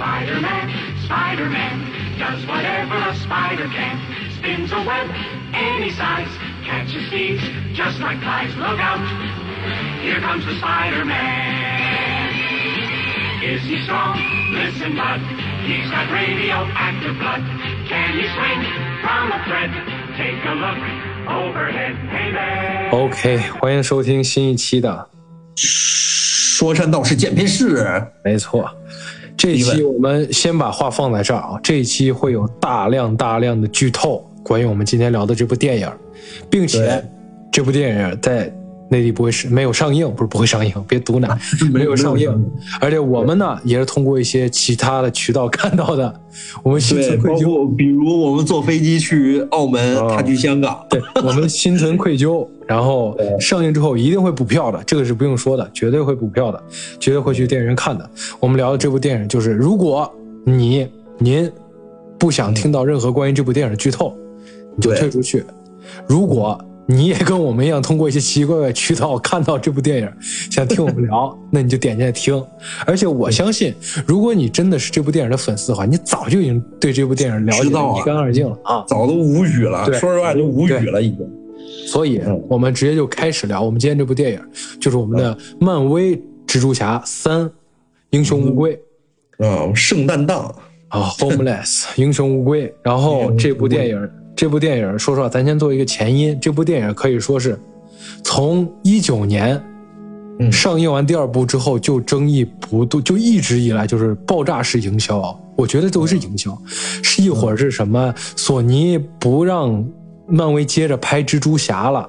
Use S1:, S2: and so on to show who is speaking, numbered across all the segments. S1: Spider-Man, Spider-Man does whatever a spider can. Spins a web any size, catches thieves just like flies. Look out! Here comes the Spider-Man. Is he strong? Listen, bud. He's got radioactive blood. Can he swing from a thread? Take a look overhead. Hey there.
S2: OK，欢迎收听新一期的，
S3: 说山道是剪片室，
S2: 没错。这一期我们先把话放在这儿啊，这一期会有大量大量的剧透，关于我们今天聊的这部电影，并且
S3: 对
S2: 这部电影在内地不会是没有上映，不是不会上映，别毒奶， 没有上映。而且我们呢也是通过一些其他的渠道看到的，我们心
S3: 对，
S2: 存愧
S3: 包
S2: 疚，
S3: 括比如我们坐飞机去澳门，
S2: 哦
S3: 他去香港，
S2: 对我们心存愧疚。然后上映之后一定会补票的，这个是不用说的，绝对会补票的，绝对会去电影院看的。我们聊的这部电影就是，如果你您不想听到任何关于这部电影的剧透，你就
S3: 嗯对
S2: 退出去。如果你也跟我们一样，通过一些奇奇怪怪渠道看到这部电影，想听我们 聊，那你就点进来听。而且
S3: 嗯
S2: 我相信，如果你真的是这部电影的粉丝的话，你早就已经对这部电影了解
S3: 知道
S2: 的
S3: 啊
S2: 一干二净了啊。
S3: 早都无语了，
S2: 对
S3: 说实话就无语了，已经。
S2: 所以
S3: 嗯
S2: 我们直接就开始聊我们今天这部电影，就是我们的漫威蜘蛛侠三：英雄无归
S3: 嗯，圣诞档，
S2: 啊，Homeless 英雄无归。然后这部电影，这部电影说实话，咱先做一个前因，这部电影可以说是从一九年。
S3: 嗯
S2: 上映完第二部之后，就争议不断，就一直以来就是爆炸式营销啊。我觉得都是营销，是一会儿是什么索尼不让漫威接着拍蜘蛛侠了，
S3: 啊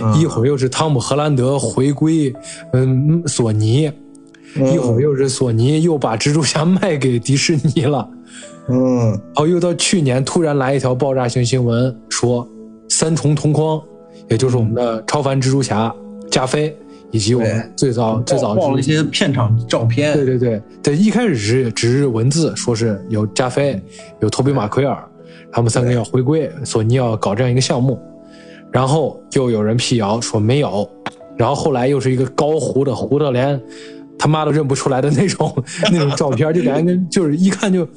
S3: 嗯
S2: 一会儿又是汤姆·荷兰德回归，嗯，索尼，
S3: 嗯
S2: 一会儿又是索尼又把蜘蛛侠卖给迪士尼了，
S3: 嗯，
S2: 然后又到去年突然来一条爆炸性新闻，说三重同框，也就是我们的超凡蜘蛛侠加菲以及我们
S3: 对
S2: 最早最早
S3: 爆了一些片场照片，
S2: 对对对对，一开始是只是文字，说是有加菲，有托比马奎尔，他们三个要回归，索尼要搞这样一个项目，然后又有人辟谣说没有，然后后来又是一个高糊的糊的连他妈都认不出来的那种 那种照片，就感觉跟就是一看就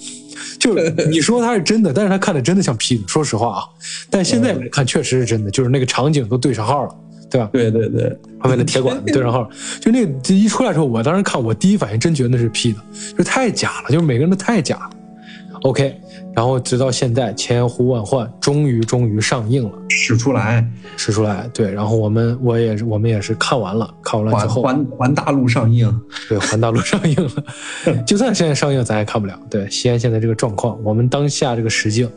S2: 就是你说他是真的，但是他看着真的像 P 的，说实话啊，但现在来看确实是真的，就是那个场景都对上号了，对吧？
S3: 对对对，
S2: 他为了铁管对 上号，就那个这一出来的时候，我当时看，我第一反应真觉得那是 P 的，就太假了，就是每个人都太假了。OK，然后直到现在千呼万唤，终于终于上映了，
S3: 使出来，
S2: 使出来。对，然后我们我也是我们也是看完了，看完了之
S3: 环
S2: 后，
S3: 环环大陆上映，
S2: 对，环大陆上映 了。就算现在上映，咱也看不了。对，西安现在这个状况，我们当下这个时境，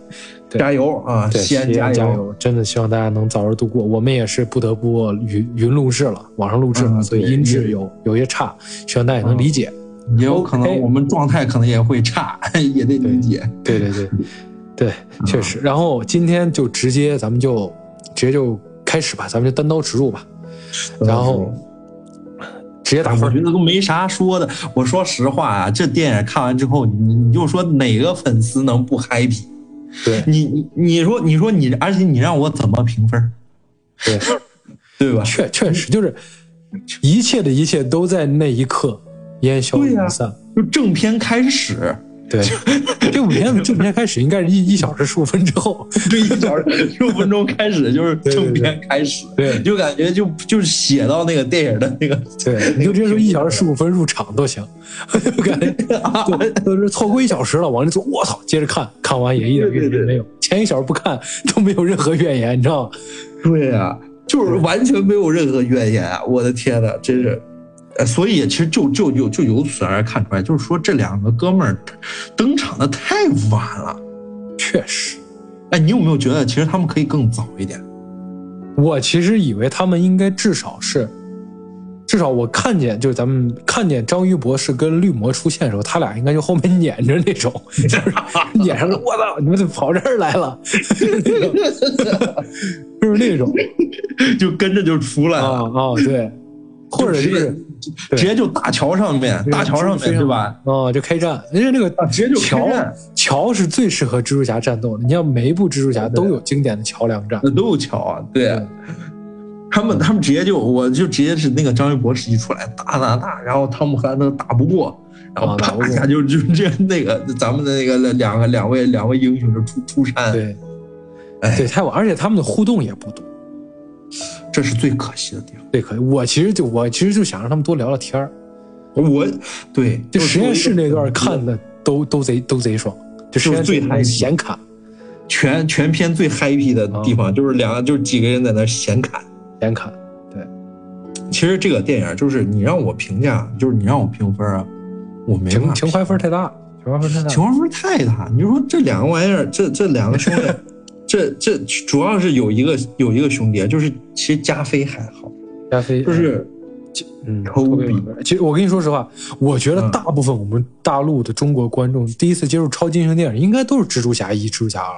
S2: 对
S3: 加油啊，
S2: 对，
S3: 西安
S2: 加
S3: 加油，
S2: 油！真的希望大家能早日度过。我们也是不得不呃云云录制了，网上录制了，
S3: 嗯
S2: 所以
S3: 对
S2: 音质
S3: 也
S2: 有有些差，希望大家也能
S3: 嗯
S2: 理解。
S3: 也有可能
S2: OK
S3: 我们状态可能也会差， 也得理解。
S2: 对对对，对，
S3: 嗯
S2: 确实。然后今天就直接，咱们就直接就开始吧，咱们就单刀直入吧，
S3: 嗯
S2: 然后直接打
S3: 我
S2: 分
S3: 觉
S2: 儿。
S3: 得都没啥说的。我说实话啊，这电影看完之后，你你就说哪个粉丝能不 happy？
S2: 对
S3: 你你你说你说你，而且你让我怎么评分，
S2: 对，
S3: 对吧？
S2: 确确实就是一切的一切都在那一刻烟消
S3: 对呀
S2: 云散。
S3: 就正片开始，
S2: 对，这部片子正片开始应该是一一小时十五分之后。
S3: 这一小时十五分钟开始就是
S2: 对对
S3: 正片开始，
S2: 对
S3: 就感觉就就是写到那个电影的那个
S2: 对，你就直接说一小时十五分入场都行， 就感 觉对，都是错过一小时了，往这坐，我操，接着看，看完也一点
S3: 对
S2: 怨
S3: 对
S2: 言
S3: 对
S2: 没有，前一小时不看都没有任何怨言，你知道吗？
S3: 对啊，就是完全没有任何怨言啊！我的天呐，真是，呃，所以其实就就就就由此而看出来，就是说这两个哥们儿登场的太晚了。
S2: 确实，
S3: 哎，你有没有觉得其实他们可以更早一点？
S2: 我其实以为他们应该至少是，至少我看见就是咱们看见章鱼博士跟绿魔出现的时候，他俩应该就后面 撵着那种，就是撵上了，我操，你们怎么跑这儿来了？ 就是那种，就是那种
S3: 就跟着就出来
S2: 啊
S3: 了，
S2: 啊，对，或者
S3: 直
S2: 就
S3: 接
S2: 是对
S3: 直接就大桥上面，
S2: 对
S3: 大桥上面
S2: 非常
S3: 对吧？
S2: 啊就开战，人家那个
S3: 啊直接就开
S2: 桥
S3: 战
S2: 桥是最适合蜘蛛侠战斗的，你像每一部蜘蛛侠都有经典的桥梁战，
S3: 那都有桥啊，对
S2: 对。
S3: 他们他们直接就我就直接是那个章鱼博士一出来打打打，然后汤姆汉克德打不过，然后
S2: 啊
S3: 啪
S2: 哪
S3: 一
S2: 部
S3: 下就就这样那个咱们的那个两个两位两位英雄就出出山，
S2: 对
S3: 嗯哎，
S2: 对，太晚，而且他们的互动也不多。
S3: 这是最可惜的地方。
S2: 对，可以。我其实就我其实就想让他们多聊聊天儿。
S3: 我对
S2: 就
S3: 就是
S2: 实验室那段
S3: 我
S2: 看的都都贼都贼爽，就实验
S3: 就
S2: 室
S3: 是最
S2: 那
S3: 嗨
S2: 段闲侃
S3: 全全片最 happy 的地方就是两个就是几个人在那儿闲侃。
S2: 闲侃，
S3: 其实这个电影就是你让我评价，就是你让我评分啊，我没办
S2: 情
S3: 法
S2: 情怀分太大，情怀分太
S3: 情
S2: 大。
S3: 况分太大。你说这两个玩意儿，这这两个兄 弟，这这主要是有一个有一个兄弟，就是其实加菲还好，
S2: 加菲
S3: 就是
S2: 嗯，
S3: 抠
S2: 特别
S3: 鼻
S2: 有名其实我跟你说实话，我觉
S3: 嗯
S2: 得大部分我们大陆的中国观众第一次接触超级英雄电影，应该都是蜘蛛侠一、蜘蛛侠二。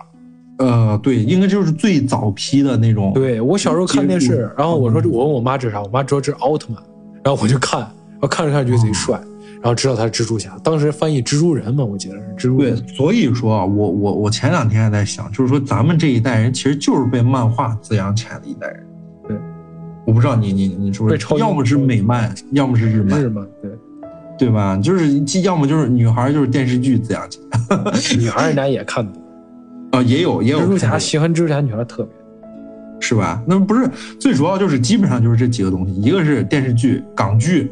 S3: 呃，对，应该就是最早批的那种。
S2: 对我小时候看电
S3: 接
S2: 视
S3: 触，
S2: 然后我说我问我妈这是啥，我妈知道这是奥特曼，然后我就看，然后看着看着觉
S3: 哦
S2: 得贼帅，然后知道他是蜘蛛侠，当时翻译蜘蛛人嘛，我记得是蜘蛛
S3: 对
S2: 人。，
S3: 所以说啊，我我我前两天还在想，就是说咱们这一代人其实就是被漫画滋养起来的一代人。
S2: 对，
S3: 我不知道你你你是不
S2: 被超
S3: 是，
S2: 越
S3: 要么是美漫，要么是日漫
S2: 是，吗？对，
S3: 对吧？就是既要么就是女孩就是电视剧滋养起来
S2: 女孩儿人家也看过，
S3: 啊、也有也有
S2: 蜘蛛
S3: 看
S2: 侠
S3: 过
S2: 喜欢蜘蛛侠女孩儿特别。
S3: 是吧？那不是最主要就是基本上就是这几个东西，一个是电视剧、港剧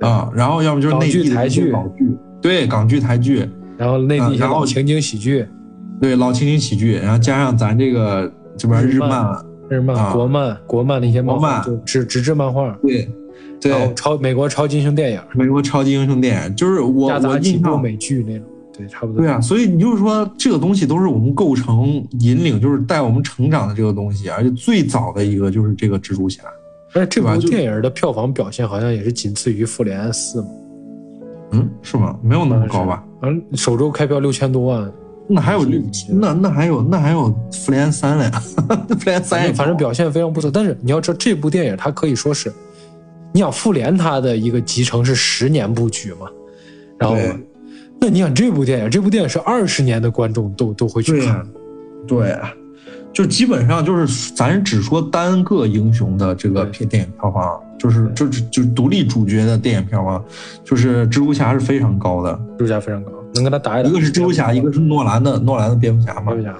S3: 啊，然后要么就是内地
S2: 港剧
S3: 的
S2: 台
S3: 一些
S2: 剧
S3: 港剧，对，港剧、台剧，
S2: 然后内地一些
S3: 啊然后
S2: 老情景喜剧、
S3: 对，老情景喜剧，然后加上咱这个这边
S2: 日
S3: 日
S2: 漫
S3: 漫，
S2: 日漫、
S3: 啊
S2: 国漫、国漫的一些漫
S3: 国
S2: 画，
S3: 漫
S2: 就纸纸质漫画，
S3: 对
S2: 然后
S3: 对，
S2: 超美国超级英雄电影，
S3: 美国超级英雄电影，就是我
S2: 夹
S3: 我
S2: 杂几
S3: 印
S2: 部
S3: 象。
S2: 美剧那种，对，差不多。
S3: 对啊，所以你就是说，这个东西都是我们构成、引领，就是带我们成长的这个东西，而且最早的一个就是这个蜘蛛侠，
S2: 而且这
S3: 对吧
S2: 部
S3: 就
S2: 电影的票房表现好像也是仅次于《复联四》嘛，
S3: 嗯，是吗？没有那么高吧？
S2: 嗯，首周开票六千多万，
S3: 那还有
S2: 是
S3: 六那那还有那还有复联三了呀， 复联
S2: 反
S3: 三也
S2: 正反正
S3: 高
S2: 表现非常不错。但是你要知道，这部电影它可以说是，你想复联它的一个集成是十年布局嘛，然后
S3: 对。
S2: 那你想这部电影，这部电影是二十年的观众都都会去
S3: 对呀
S2: 看，，
S3: 对呀，就基本上就是咱只说单个英雄的这个片电影票房，就是就是就是独立主角的电影票房，就是蜘蛛侠是非常高的，
S2: 蜘蛛侠非常高，能跟他打一打。
S3: 一个是蜘蛛侠，一个是诺兰的诺兰的蝙蝠侠嘛
S2: 蝙，蝠侠，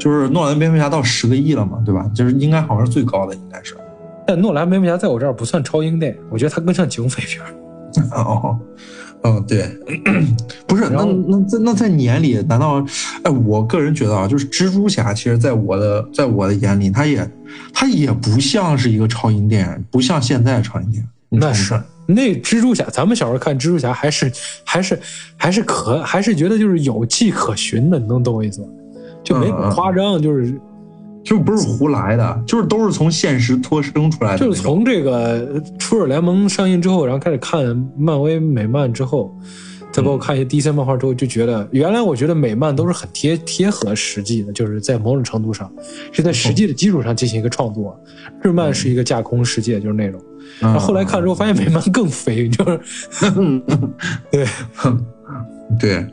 S3: 就是诺兰蝙蝠侠到十个亿了嘛，对吧？就是应该好像是最高的，应该是
S2: 但诺兰蝙蝠侠在我这儿不算超英电影，我觉得它更像警匪片儿。
S3: 哦，哦，对，不是，那
S2: 然后
S3: 那在那在你眼里，难道？哎，我个人觉得啊，就是蜘蛛侠，其实在我的在我的眼里，他也他也不像是一个超英电影，不像现在的超英电影。你
S2: 那
S3: 承
S2: 是
S3: 认
S2: 那蜘蛛侠，咱们小时候看蜘蛛侠还是还是还是可还是觉得就是有迹可循的，你能懂我意思吗？就没那么夸张，就是
S3: 就不是胡来的，就是都是从现实脱生出来的那
S2: 就
S3: 种。
S2: 是从这个《初始联盟》上映之后，然后开始看漫威美漫之后，再包括看一些 DC 漫画之后，就觉得原来我觉得美漫都是很贴贴合实际的，就是在某种程度上是在实际的基础上进行一个创作。日漫是一个架空世界，就是那种。
S3: 嗯、
S2: 然后后来看之后发现美漫更肥，就是对，
S3: 对，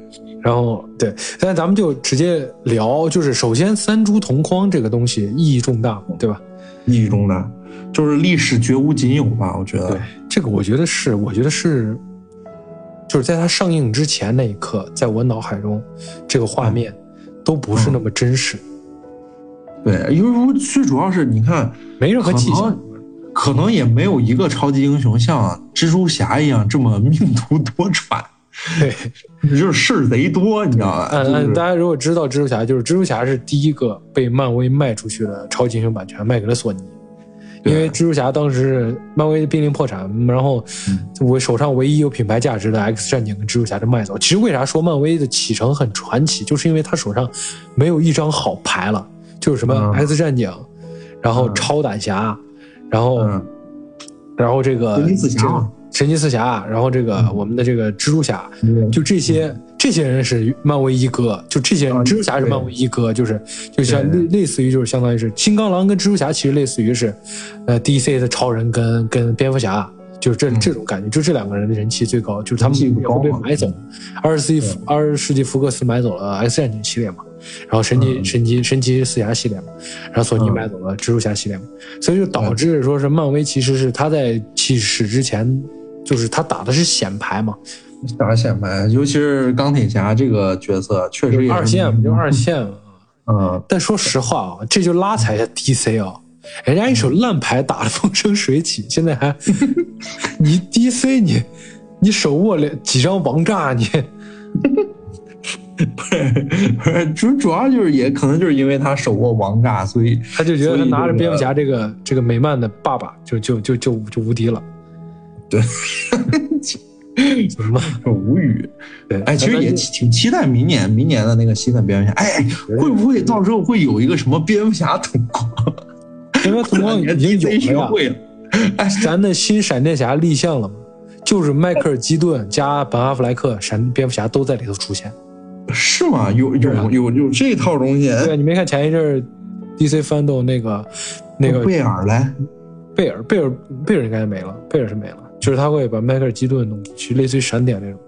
S2: 然后对，但咱们就直接聊，就是首先三株同框这个东西意义重大，对吧？
S3: 意义中的就是历史绝无仅有吧，我觉得。，
S2: 这个我觉得是，我觉得是，就是在它上映之前那一刻，在我脑海中，这个画面都不是那么真实，
S3: 对，因为最主要是你看，
S2: 没任何
S3: 可
S2: 迹象
S3: 能。可能也没有一个超级英雄像蜘蛛侠一样这么命途多舛，
S2: 对，
S3: 就是事儿贼多，你知道吧？
S2: 嗯
S3: 就
S2: 嗯，大
S3: 是
S2: 家如果知道蜘蛛侠，就是蜘蛛侠是第一个被漫威卖出去的超级英雄版权，卖给了索尼。
S3: 对
S2: 因为蜘蛛侠当时漫威濒临破产，然后
S3: 嗯
S2: 我手上唯一有品牌价值的 X 战警跟蜘蛛侠就卖走。其实为啥说漫威的启程很传奇，就是因为他手上没有一张好牌了，就是什么
S3: 嗯
S2: X 战警，然后超胆侠，然后、
S3: 嗯，
S2: 然后这个
S3: 神奇四
S2: 这
S3: 侠嗯
S2: 个
S3: 嘛
S2: 神奇四侠，然后这个我们的这个蜘蛛侠，
S3: 嗯
S2: 就这些这些人是漫威一哥，就这些人
S3: 啊
S2: 蜘蛛侠是
S3: 对
S2: 漫威一哥，就是就像
S3: 对
S2: 类类似于就是相当于是金刚狼跟蜘蛛侠其实类似于是，呃 DC 的超人跟跟蝙蝠侠。就是这
S3: 嗯
S2: 这种感觉，就这两个人的人气最高，就是他们
S3: 人气
S2: 也会被
S3: 高嘛
S2: 买走。二十世纪二十世纪福克斯买走了 X 战警系列嘛，然后神奇、
S3: 嗯
S2: 神奇神奇四侠系列嘛，然后索尼
S3: 嗯
S2: 买走了蜘蛛侠系列嘛，所以就导致说是漫威其实是他在起始之前，就是他打的是显牌嘛，
S3: 啥显摆？尤其是钢铁侠这个角色，确实也
S2: 就是二线嘛，就是二线嘛。
S3: 嗯，
S2: 但说实话啊，这就拉踩一下 DC 啊，人家一手烂牌打得风生水起，现在 还你 DC 你你手握了几张王炸你，
S3: 不是主主要就是也可能就是因为他手握王炸，所以
S2: 他就觉得
S3: 所以
S2: 他
S3: 啊这
S2: 拿着
S3: 个
S2: 蝙蝠侠这个这个美漫的爸爸就就就就就无敌了，
S3: 对，
S2: 怎么办？
S3: 很无语。
S2: 对，
S3: 哎，其实也
S2: 咱
S3: 挺挺期待明年明年的那个新的蝙蝠侠。哎，哎会不会到时候会有一个什么蝙蝠侠同框？
S2: 咱因为同光 已经
S3: DC
S2: 有
S3: 学
S2: 了呀，
S3: 会了。
S2: 咱的新闪电侠立项了吗？就是迈克尔基顿加本阿弗莱克闪蝙蝠侠都在里头出现。
S3: 是吗？有
S2: 是啊
S3: 有有有这套东西？哎
S2: 对啊，你没看前一阵儿 DC Fandom 那个那个
S3: 贝尔嘞？
S2: 贝尔贝尔贝尔应该没了，贝尔是没了，就是他会把迈克尔基顿弄去，类似于闪点那种。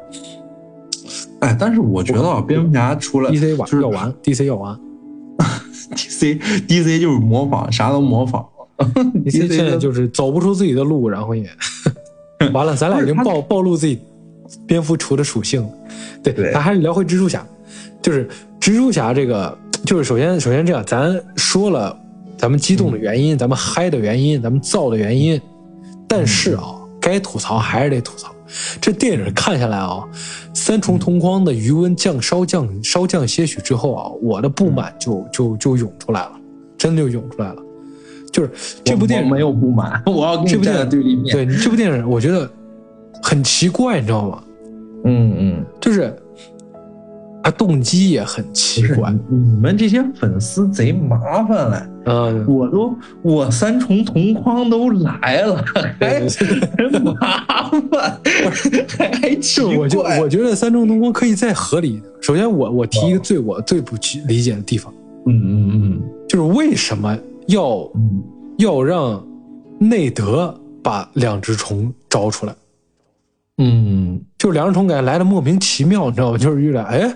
S3: 哎，但是我觉得啊，蝙蝠侠除了
S2: DC 玩
S3: 就是
S2: 要玩，DC 要玩
S3: DC DC 就是模仿，啥都模仿。
S2: ，DC 现在
S3: 就
S2: 就是走不出自己的路，然后 也完了，咱俩已经
S3: 不是他
S2: 暴暴露自己蝙蝠厨的属性了。对，
S3: 对
S2: 咱还是聊回蜘蛛侠，就是蜘蛛侠这个，就是首先首先这样，咱说了咱们激动的原因，咱们嗨的原因，咱们燥的原因，但是啊，该吐槽还是得吐槽。这电影看下来啊，三重同框的余温降稍降稍降些许之后啊，我的不
S3: 嗯
S2: 满就就就涌出来了，真的就涌出来了。就是这部电影
S3: 没有不满， 我要跟
S2: 这
S3: 你
S2: 部
S3: 站
S2: 电
S3: 在
S2: 影
S3: 对立面。
S2: 对你这部电影，我觉得很奇怪，你知道吗？
S3: 嗯嗯，
S2: 就是他动机也很奇
S3: 是
S2: 怪。
S3: 你你们这些粉丝贼麻烦嘞。
S2: 嗯，
S3: 我都我三重同框都来了，还
S2: 对
S3: 真麻烦，还还奇
S2: 就我就
S3: 怪。
S2: 我觉得三重同工可以再合理一点。首先我，我提一个最我最不去理解的地方，
S3: 嗯嗯
S2: 就是为什么要
S3: 嗯
S2: 要让内德把两只虫招出来？
S3: 嗯
S2: 就是两只虫感觉来的莫名其妙，你知道吗？就是有点哎，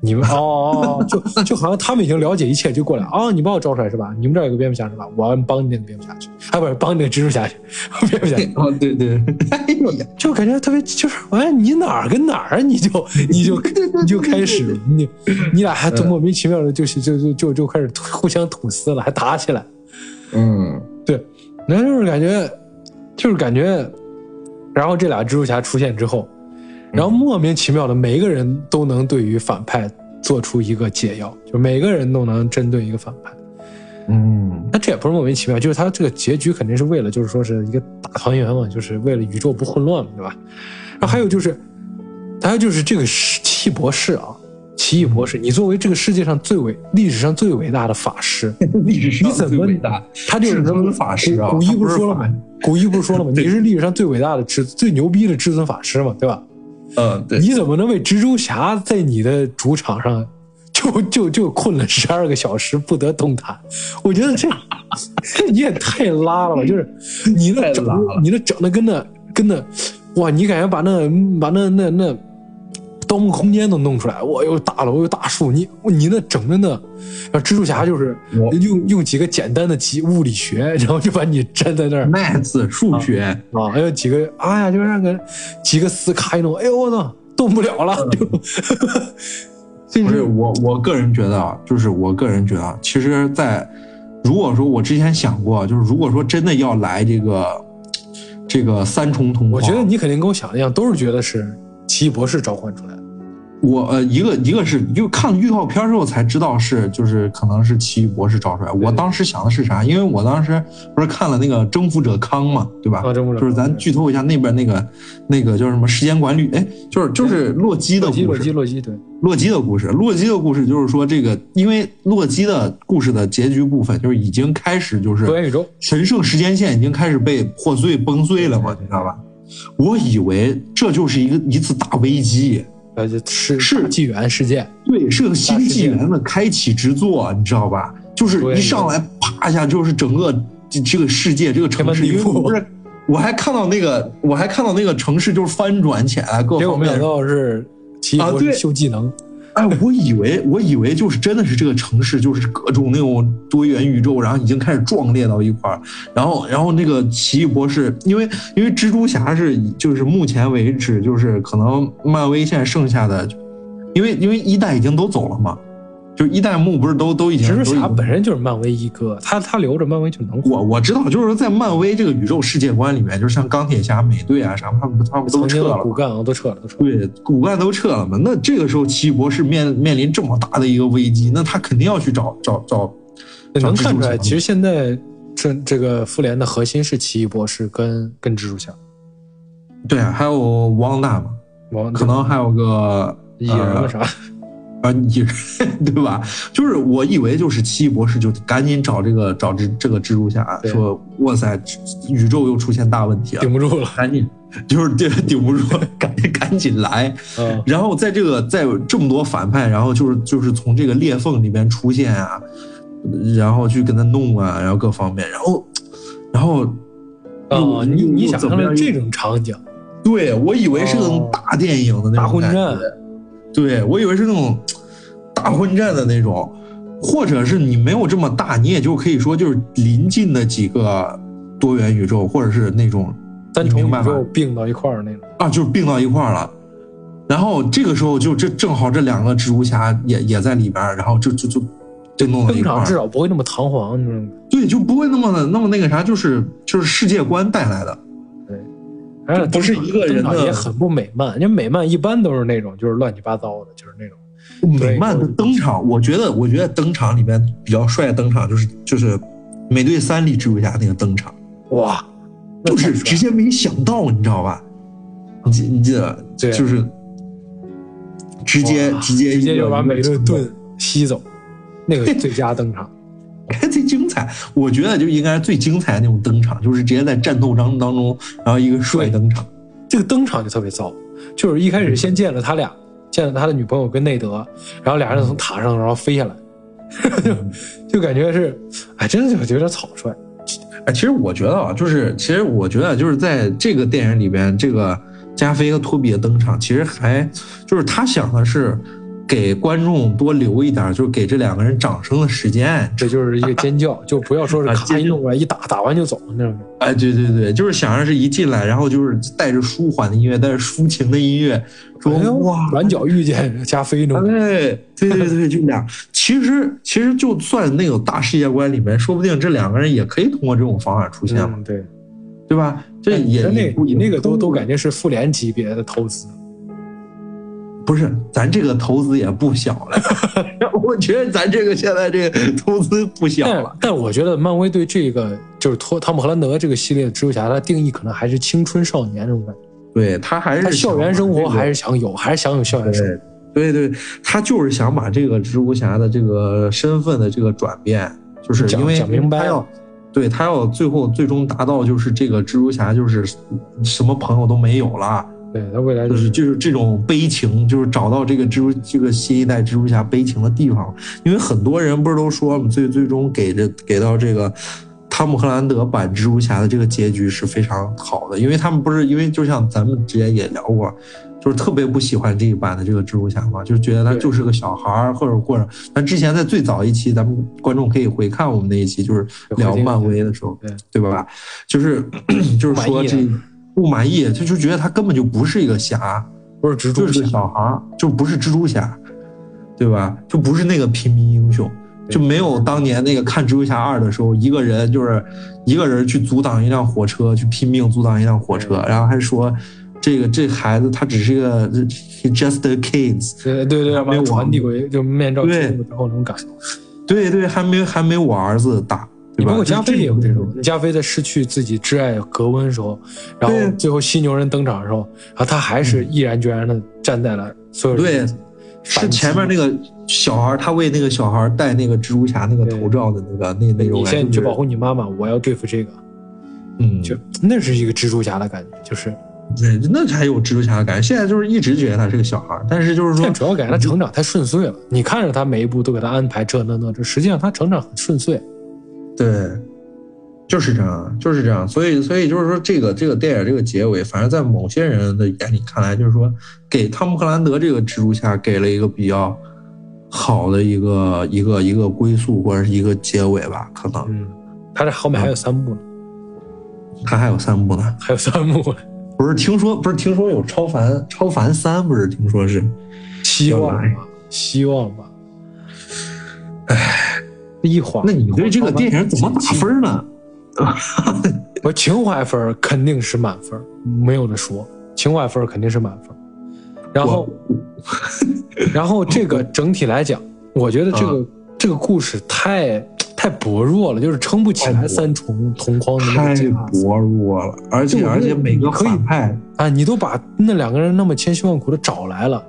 S2: 你们哦哦哦， 就就好像他们已经了解一切，就过来啊、你把我招出来是吧？你们这儿有个蝙蝠侠是吧？我要帮你那个蝙蝠侠去，啊，不是帮你那个蜘蛛侠去， 蝙蝠侠
S3: 嗯，哦对对， 哎呀，
S2: 就感觉特别就是，哎，你哪儿跟哪儿啊？你就 你就你就开始了你你俩还都莫名其妙的就就就就就开始互相吐丝了，还打起来。
S3: 嗯
S2: 对，然后就是感觉就是感觉，然后这俩蜘蛛侠出现之后，然后莫名其妙的每一个人都能对于反派做出一个解药，就每个人都能针对一个反派。
S3: 嗯
S2: 那这也不是莫名其妙，就是他这个结局肯定是为了，就是说是一个大团圆嘛，就是为了宇宙不混乱嘛，对吧？然后还有就是，还有就是这个是奇异博士啊，奇异博士，你作为这个世界上最伟、历史上最伟大的法师，
S3: 历史上
S2: 你怎
S3: 最
S2: 么
S3: 伟大，
S2: 他就是
S3: 至尊法师啊
S2: 哎古古一
S3: 他不
S2: 不
S3: 是
S2: 是说了
S3: 法
S2: 吗？古一不是说了吗？你是历史上最伟大的至最牛逼的至尊法师嘛，对吧？呃
S3: 嗯对，
S2: 你怎么能为蜘蛛侠在你的主场上就就就困了十二个小时不得动弹？我觉得这这你也太拉了吧！就是你那整
S3: 太拉了
S2: 你那整的跟那跟那，哇！你感觉把那把那那那《盗梦空间》都弄出来，哇，又大楼又大树，你你那整的那，然后蜘蛛侠就是
S3: 我
S2: 用用几个简单的几物理学，然后就把你粘在那儿。
S3: math 数学，
S2: 啊，还有几个，哎呀，就是那个几个斯卡一弄，哎呦我操，动不了了， 就，就
S3: 嗯不是
S2: 是
S3: 我我个人觉得啊，就是我个人觉得啊，其实在，如果说我之前想过，啊就是如果说真的要来这个这个三重同
S2: 我
S3: 框，
S2: 觉得你肯定跟我想的一样，都是觉得是奇异博士召唤出来的。
S3: 我呃一个一个是就看了预告片之后才知道是就是可能是奇异博士招出来。我当时想的是啥？因为我当时不是看了那个《征服者康》嘛，对吧？
S2: 啊征服者康
S3: 就是咱
S2: 对
S3: 剧透一下那边那个那个叫什么时间管理，哎，就是就是洛基的
S2: 洛基，
S3: 故
S2: 洛基，
S3: 事，
S2: 洛基，对，
S3: 洛基的故事，洛基的故事就是说这个，因为洛基的故事的结局部分就是已经开始就是
S2: 多元宇宙，
S3: 神圣时间线已经开始被破碎崩碎了嘛，你知道吧？我以为这就是一个一次大危机。
S2: 呃，就是
S3: 是
S2: 大纪元世界，
S3: 对，是个新纪元的开启之作，你知道吧？就是
S2: 对
S3: 一上来啪一下，就是整个这这个世界这个城市，
S2: 天
S3: 因
S2: 翻
S3: 为
S2: 地覆
S3: 我不是我还看到那个我还看到那个城市就是翻转起来各
S2: 结果
S3: 方
S2: 没
S3: 面
S2: 想，到是奇异博
S3: 啊对
S2: 士秀技能，
S3: 哎，我以为我以为就是真的是这个城市就是各种那种多元宇宙，然后已经开始壮烈到一块儿，然后然后那个奇异博士，因为因为蜘蛛侠是就是目前为止就是可能漫威现在剩下的，因为因为一代已经都走了嘛，就是一代目不是都都已经
S2: 蜘
S3: 都
S2: 蛛
S3: 已
S2: 侠
S3: 经
S2: 本身就是漫威一哥，他他留着漫威就能火。
S3: 我我知道，就是说在漫威这个宇宙世界观里面，就是像钢铁侠、美队啊啥，他们他们都
S2: 曾经
S3: 撤
S2: 的
S3: 了
S2: 骨
S3: 嘛，
S2: 干啊都撤了，都撤了。
S3: 对，骨干都撤了嘛。那这个时候，奇异博士面面临这么大的一个危机，那他肯定要去找找找
S2: 那能看出
S3: 找蜘蛛侠
S2: 来，
S3: 嘛
S2: 其实现在这这个复联的核心是奇异博士跟跟蜘蛛侠，
S3: 对啊，还有汪娜嘛，
S2: 王
S3: 可能还有个
S2: 蚁人
S3: 呃
S2: 了啥？
S3: 啊，你 对吧？就是我以为就是奇异博士就赶紧找这个找这这个蜘蛛侠，
S2: 对
S3: 说哇塞，宇宙又出现大问题了
S2: 顶，不住了。
S3: 赶紧就是顶顶不住， 赶紧赶紧来。
S2: 嗯，
S3: 然后在这个在这么多反派，然后就是就是从这个裂缝里面出现啊，然后去跟他弄啊，然后各方面，然后然后又
S2: 啊，你
S3: 又
S2: 你
S3: 又
S2: 想
S3: 怎
S2: 象
S3: 么
S2: 了
S3: 样
S2: 这种场景，
S3: 对我以为是那种
S2: 哦
S3: 大电影的那
S2: 大
S3: 种
S2: 混
S3: 感觉
S2: 战，
S3: 对我以为是那种大混战的那种，或者是你没有这么大，你也就可以说就是临近的几个多元宇宙，或者是那种
S2: 三重
S3: 你明白
S2: 宇宙
S3: 吗
S2: 并到一块儿那种。
S3: 啊，就是并到一块儿了。然后这个时候就这正好这两个蜘蛛侠也也在里边儿，然后就就就就弄到一
S2: 登
S3: 块
S2: 场至
S3: 儿，
S2: 少不会那么堂皇，你知道吗？
S3: 对，就不会那么的那么那个啥，就是就是世界观带来的，
S2: 而且
S3: 不是一个人的
S2: 哎登场也很不美漫，因为美漫一般都是那种就是乱七八糟的，就是那种
S3: 美漫的登场，我觉得我觉得登场里面比较帅的登场就是就是美队三里蜘蛛侠那个登场，
S2: 哇，那
S3: 就
S2: 太
S3: 是
S2: 帅
S3: 直接没想到，你知道吧？你记你记得，
S2: 对
S3: 就是直接
S2: 哇
S3: 直接
S2: 直接
S3: 一个
S2: 就把美
S3: 一
S2: 队
S3: 个
S2: 盾吸走，那个最佳登场。
S3: 最精彩，我觉得就应该是最精彩的那种登场，就是直接在战斗当当中，然后一个帅登场。
S2: 这个登场就特别糟，就是一
S3: 嗯
S2: 开始先见了他俩，见了他的女朋友跟内德，然后俩
S3: 嗯
S2: 人从塔上然后飞下来， 就感觉是，哎，真的就有点草率。
S3: 哎，其实我觉得啊，就是其实我觉得就是在这个电影里边，这个加菲和托比的登场，其实还就是他想的是给观众多留一点，就是给这两个人掌声的时间。
S2: 这就是一个尖叫，就不要说是
S3: 啊
S2: 咔
S3: 尖
S2: 一
S3: 叫
S2: 弄过来一打，打完就走那种。
S3: 哎，对对对，就是想让是一进来，然后就是带着舒缓的音乐，带着抒情的音乐，说、
S2: 哎呦
S3: 哇，
S2: 软脚遇见加菲那种。
S3: 哎，对对对，就俩。其实其实就算那个大世界观里面，说不定这两个人也可以通过这种方法出现嘛，
S2: 嗯，对，
S3: 对吧？这也
S2: 那
S3: 也不
S2: 你那个都都感
S3: 觉
S2: 觉是复联级别的投资，
S3: 不是，咱这个投资也不小了。 我觉得咱这个现在这个投资不小
S2: 但
S3: 了。
S2: 但我觉得漫威对这个就是托汤姆·荷兰德这个系列的蜘蛛侠，它定义可能还是青春少年这种感觉，
S3: 对他还是
S2: 他校园生活还
S3: 是
S2: 是想有，还是想有校园生活。
S3: 对。对对，他就是想把这个蜘蛛侠的这个身份的这个转变，就是
S2: 讲
S3: 因为
S2: 讲明白
S3: 他要
S2: 了，
S3: 对他要最后最终达到就是这个蜘蛛侠就是什么朋友都没有了，
S2: 对他未来
S3: 就
S2: 就是是
S3: 就是这种悲情，就是找到这个蜘蛛这个新一代蜘蛛侠悲情的地方。因为很多人不是都说嘛最最终给这给到这个汤姆·荷兰德版蜘蛛侠的这个结局是非常好的，因为他们不是因为就像咱们之前也聊过。就是特别不喜欢这一版的这个蜘蛛侠嘛，就是觉得他
S2: 对
S3: 就是个小孩儿，或者或者，咱之前在最早一期，咱们观众可以回看我们那一期，就是聊漫威的时候，
S2: 对
S3: 对吧？就是就是
S2: 不
S3: 说
S2: 满意
S3: 这不满意，他就觉得他根本就不是一个侠，
S2: 不是蜘
S3: 就
S2: 蛛
S3: 是个
S2: 侠，
S3: 小孩儿，就不是蜘蛛侠，对吧？就不是那个平民英雄，
S2: 对
S3: 就没有当年那个看蜘蛛侠二的时候，一个人就是一个人去阻挡一辆火车，去拼命阻挡一辆火车，然后还说这个这孩子他只是个 he just a kids，
S2: 对对对，
S3: 没有
S2: 把传递过就面罩
S3: 对
S2: 进入之后那种感觉。
S3: 对对，还没还没我儿子大，
S2: 你
S3: 对吧？
S2: 包括
S3: 就
S2: 加菲也有
S3: 这
S2: 这种，加菲在失去自己挚爱格温的时候，然
S3: 对啊嗯
S2: 后最后犀牛人登场的时候，然后他还是毅然决然的站在了所有人
S3: 对啊
S2: 面前。
S3: 是前面那个小孩儿，他为那个小孩儿戴那个蜘蛛侠那个头罩的那个那那种
S2: 你
S3: 感觉，
S2: 现在去
S3: 就是
S2: 保护你妈妈，我要对付这个，
S3: 嗯，
S2: 就那是一个蜘蛛侠的感觉，就是
S3: 对，那才有蜘蛛侠的感觉。现在就是一直觉得他是个小孩儿，但是就是说
S2: 但，主要感觉他成长太顺遂了。你看着他每一步都给他安排这那那这，实际上他成长很顺遂。
S3: 对，就是这样，就是这样。所以，所以就是说，这个这个电影这个结尾，反正在某些人的眼里看来，就是说给汤姆克兰德这个蜘蛛侠给了一个比较好的一个一个一个归宿或者是一个结尾吧，可能
S2: 嗯，他这好歹还有三部呢，
S3: 他还有三部呢。
S2: 还有三部，
S3: 不是听说，不是听说有超凡超凡三，不是听说是
S2: 希望吧，希望吧。唉，一晃，
S3: 那你对这个电影怎么打
S2: 情
S3: 分呢？
S2: 我情怀分儿肯定是满分儿，没有的说，情怀分儿肯定是满分儿。然后， 然后这个整体来讲，我觉得这个、
S3: 啊
S2: 这个故事太太薄弱了，就是撑不起
S3: 太
S2: 来
S3: 薄
S2: 三重同框的那
S3: 太
S2: 个架子
S3: 薄弱了，而且
S2: 就我
S3: 而
S2: 觉
S3: 且
S2: 得
S3: 每个
S2: 可以
S3: 反派
S2: 啊！你都把那两个人那么千辛万苦的找来了，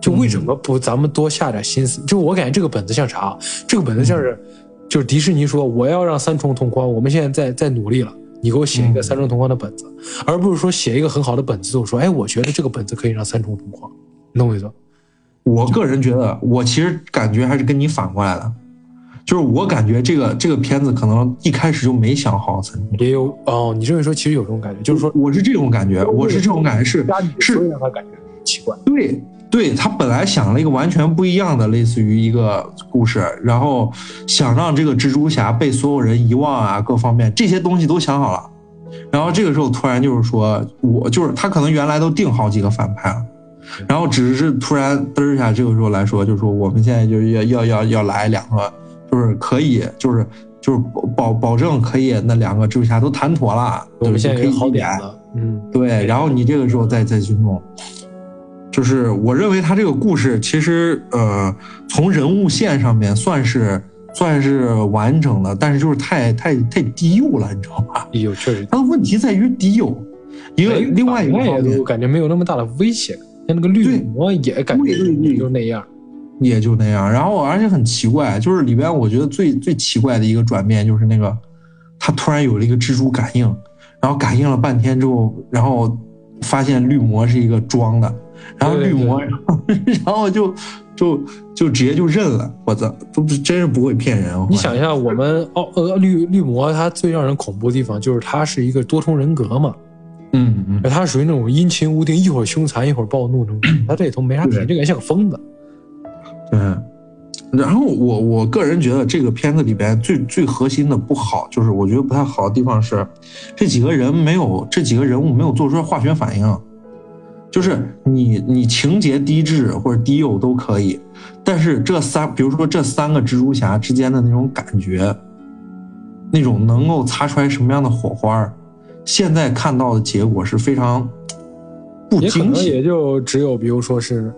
S2: 就为什么不咱们多下点心思？就我感觉这个本子像啥？啊这个本子像是、就是迪士尼说我要让三重同框，我们现在在在努力了。你给我写一个
S3: 嗯
S2: 三重同框的本子，而不是说写一个很好的本子，就说，哎，我觉得这个本子可以让三重同框，你懂我意思吧？
S3: 我个人觉得，我其实感觉还是跟你反过来的，就是我感觉这个这个片子可能一开始就没想好三重，
S2: 也有哦，你这么一说，其实有这种感觉，就是说，
S3: 我是这种感觉，我是这种感觉是
S2: 家里
S3: 是
S2: 所以让他感觉奇怪，
S3: 对，对他本来想了一个完全不一样的，类似于一个故事，然后想让这个蜘蛛侠被所有人遗忘啊，各方面这些东西都想好了，然后这个时候突然就是说，我就是他可能原来都定好几个反派了。
S2: 嗯
S3: 然后只是突然嘚儿一下，这个时候来说，就是说我们现在就要要要要来两个，就是可以，就是就是保保证可以那两个蜘蛛侠都谈妥了，
S2: 我们
S3: 对
S2: 现在
S3: 就
S2: 有
S3: 可
S2: 个
S3: 以
S2: 好
S3: 一
S2: 点
S3: 点
S2: 子，嗯，
S3: 对，然后你这个时候再再去弄，就是我认为他这个故事其实呃，从人物线上面算是算是完整的，但是就是太太太低幼了，你知道吧？
S2: 有确实，
S3: 他的问题在于低幼，一个
S2: 哎
S3: 另外一个
S2: 反派
S3: 方
S2: 也
S3: 面
S2: 都感觉没有那么大的威胁感，像那个绿
S3: 对
S2: 魔也感觉
S3: 对对对
S2: 就那样，
S3: 也就那样。然后而且很奇怪，就是里边我觉得最最奇怪的一个转变就是那个他突然有了一个蜘蛛感应，然后感应了半天之后，然后发现绿魔是一个装的，然后
S2: 对对
S3: 绿魔，然后 然后就就就直接就认了。我操，都不真是不会骗人。我
S2: 你想一下，我们奥呃绿绿魔，它最让人恐怖的地方就是它是一个多重人格嘛，
S3: 嗯嗯，
S2: 它属于那种阴晴无定，一会儿凶残，一会儿暴怒那种。它这里头没啥
S3: 对
S2: 品，这个人像个疯子。
S3: 嗯，然后我我个人觉得这个片子里边最最核心的不好，就是我觉得不太好的地方是，这几个人没有这几个人物没有做出来化学反应，就是你你情节低智或者低幼都可以，但是这三比如说这三个蜘蛛侠之间的那种感觉，那种能够擦出来什么样的火花儿，现在看到的结果是非常不
S2: 也可
S3: 惊
S2: 能
S3: 喜
S2: 也就只有，比如说是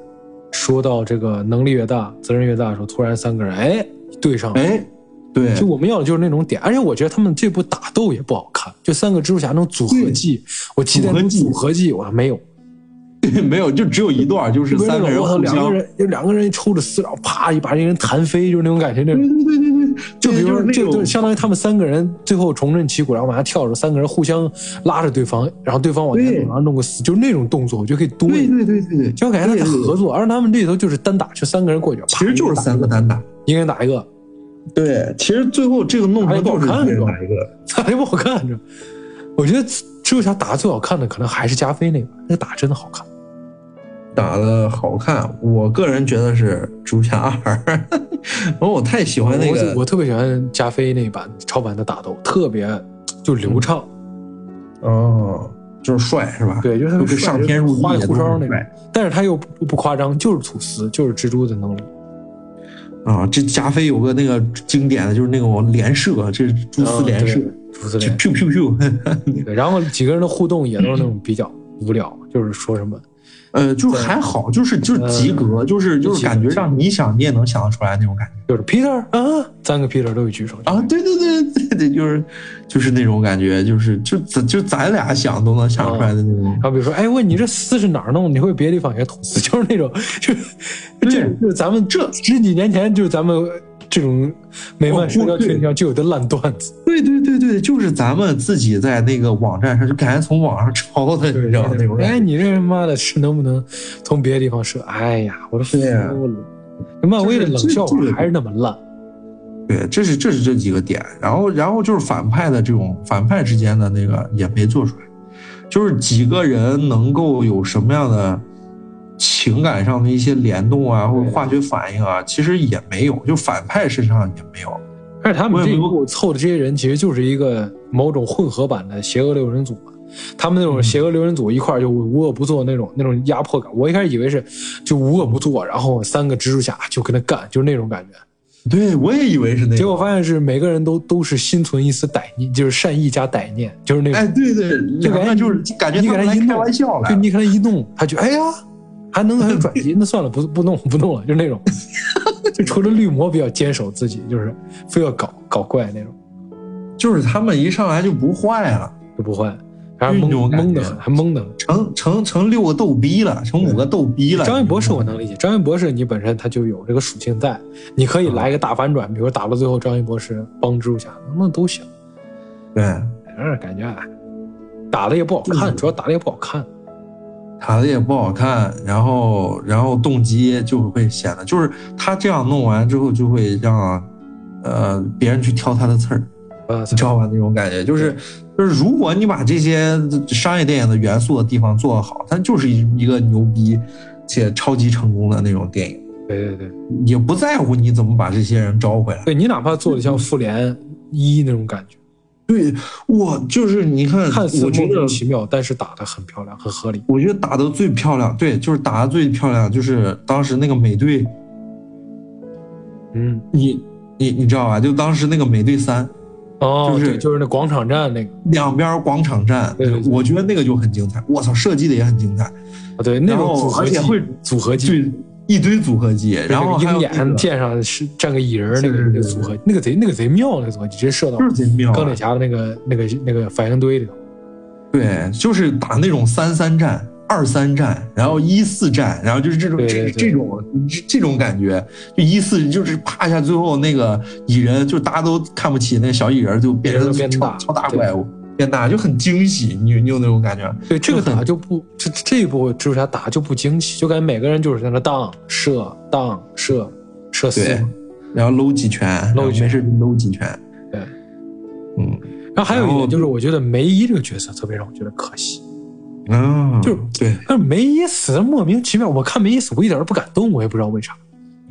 S2: 说到这个能力越大，责任越大的时候，突然三个人哎对上了。
S3: 哎，对，
S2: 就我们要的就是那种点，而且我觉得他们这部打斗也不好看，就三个蜘蛛侠那种组合
S3: 对
S2: 技，我期待
S3: 组合
S2: 那种
S3: 技
S2: 组合技，我还没有。
S3: 没有，就只有一段，就是
S2: 就跟那
S3: 三
S2: 种
S3: 个人
S2: 我操
S3: 互
S2: 两
S3: 相
S2: 个人就两个人抽着丝绢，啪一把这人弹飞，就是那种感觉，那种
S3: 对。对对对对，
S2: 就比如说，
S3: 嗯是那
S2: 就就
S3: 种
S2: 相当于他们三个人最后重振旗鼓，然后往下跳着，三个人互相拉着对方，然后对方往前走，
S3: 对
S2: 然后弄个死，就是那种动作，我觉得可以多一
S3: 对
S2: 点。
S3: 对对对对，
S2: 就感觉他俩合作，而他们这里头就是单打，就三个人过去，啪
S3: 其实就是三个单打。
S2: 一个人打一个，
S3: 对，其实最后这个弄成倒是一人打一个。
S2: 打的不好看着。我觉得蜘蛛侠打的最好看的可能还是加菲那个，那个打真的好看。
S3: 打的好看，我个人觉得是《蜘蛛侠二》， 然后我太喜欢那
S2: 我
S3: 个，
S2: 我特别喜欢加菲那版超版的打斗，特别就流畅，
S3: 哦，就是帅是吧？
S2: 对，就是特
S3: 就
S2: 别
S3: 是
S2: 帅
S3: 上天入地
S2: 花里
S3: 也
S2: 胡哨那
S3: 都
S2: 种
S3: 是，
S2: 但是他又不不夸张，就是吐丝，就是蜘蛛的能力。
S3: 啊，这加菲有个那个经典的就是那种连射，这是蛛丝连射，
S2: 嗯蛛丝
S3: 就
S2: 连。
S3: 咻咻 咻，
S2: 对，然后几个人的互动也都是那种比较无聊，就是说什么
S3: 呃，就是还好，就是就是及格，就是就是感觉让你想你也能想得出来那种感觉
S2: 就是 Peter 啊，三个 Peter 都有举手
S3: 啊！对对对对对，就是就是那种感觉，就是就咱就咱俩想都能想出来的那种
S2: 然。后比如说，哎，问你这丝是哪儿弄的？你会别的地方也吐丝， 就是那种，就是
S3: 对
S2: 这就是咱们这十几年前就是咱们这种美漫
S3: 哦
S2: 社交群体上就有的烂段子，
S3: 对对对对，就是咱们自己在那个网站上就感觉从网上抄 的，你知道吗？那种
S2: 哎，
S3: 感觉。
S2: 你这他妈的是能不能从别的地方射？哎呀，我都服
S3: 对呀
S2: 了。漫威的冷笑话还是那么烂，
S3: 对，这是这是这几个点，然后然后就是反派的这种反派之间的那个也没做出来，就是几个人能够有什么样的情感上的一些联动啊，或者化学反应啊，其实也没有，就反派身上也没有。
S2: 但是他
S3: 我
S2: 们
S3: 也
S2: 这一
S3: 没有
S2: 部凑的这些人，其实就是一个某种混合版的邪恶六人组嘛。他们那
S3: 嗯
S2: 种邪恶六人组一块儿就无恶不作那种那种压迫感，我一开始以为是就无恶不作，然后三个蜘蛛侠就跟他干，就是那种感觉。
S3: 对我也以为是那
S2: 结
S3: 个，
S2: 果发现是每个人都都是心存一丝歹念，就是善意加歹念，就是那种。
S3: 哎，对对，
S2: 就
S3: 两
S2: 感觉
S3: 个就是感觉
S2: 你
S3: 他
S2: 给
S3: 们
S2: 他
S3: 来
S2: 一弄
S3: 开玩笑来
S2: 就
S3: 了，
S2: 你给他一弄，他就哎呀，还能 还有转机，那算了，不不弄不弄了，就那种。就除了绿魔比较坚守自己，就是非要搞搞怪那种，
S3: 就是他们一上来就不坏了，
S2: 就不换，然后
S3: 就是那
S2: 懵
S3: 种感
S2: 懵
S3: 觉
S2: 的很，还懵的很。
S3: 成成成六个逗逼了，成五个逗逼了。
S2: 张彦博士我能理解，张彦博士你本身他就有这个属性在，你可以来一个大反转，比如打到最后张彦博士帮蜘蛛侠，那都行。
S3: 对，
S2: 但是感觉哎打的也不好看，主要打的也不好看。
S3: 打的也不好看，然后然后动机就会显得就是他这样弄完之后就会让呃别人去挑他的刺儿，
S2: 啊，
S3: 你知道吧？那种感觉就是就是如果你把这些商业电影的元素的地方做得好，它就是一一个牛逼且超级成功的那种电影，
S2: 对对对，
S3: 也不在乎你怎么把这些人招回来。
S2: 对你哪怕做的像复联一那种感觉，
S3: 对我就是你看，
S2: 看似
S3: 嗯我觉
S2: 莫
S3: 得
S2: 名其妙，但是打的很漂亮，很合理。
S3: 我觉得打的最漂亮，对，就是打的最漂亮，就是当时那个美队，
S2: 嗯，
S3: 你你你知道吧？就当时那个美队三，
S2: 哦，
S3: 就是
S2: 对就是那广场站那个，
S3: 两边广场战，
S2: 对对对
S3: 我觉得那个就很精彩。我操，设计的也很精彩，
S2: 啊对，那
S3: 然
S2: 种
S3: 后
S2: 组合
S3: 而
S2: 技
S3: 且会
S2: 组合技，
S3: 对，一堆组合技，然后
S2: 那个
S3: 还
S2: 鹰
S3: 有那
S2: 眼
S3: 个
S2: 剑上是站个蚁人儿那个
S3: 是是
S2: 那个
S3: 是
S2: 组合，那个贼那个贼妙，那个组合直接射到
S3: 就是贼妙啊，
S2: 钢铁侠的那个那个那个反应堆里头。
S3: 对，就是打那种三三战、二三战，然后一四战，然后就是这种
S2: 对
S3: 这
S2: 对对
S3: 这种这这种感觉，就一四就是啪一下，最后那个蚁人就大家都看不起那个小蚁人，就变成
S2: 变得变
S3: 超
S2: 大
S3: 超大
S2: 对
S3: 怪物，变大就很惊喜，你你有那种感觉？
S2: 对，这个
S3: 就很
S2: 打就不这这一部蜘蛛侠打就不惊喜，就感觉每个人就是在那荡射荡射射死
S3: 对
S2: 嘛。
S3: 然后搂几拳，然后
S2: 搂几
S3: 没事就搂几拳，
S2: 对，
S3: 嗯
S2: 然后还有一
S3: 然后
S2: 点就是，我觉得梅姨这个角色特别让我觉得可惜，
S3: 啊，
S2: 就是
S3: 对，
S2: 但是梅姨死的莫名其妙，我看梅姨死我一点都不感动，我也不知道为啥，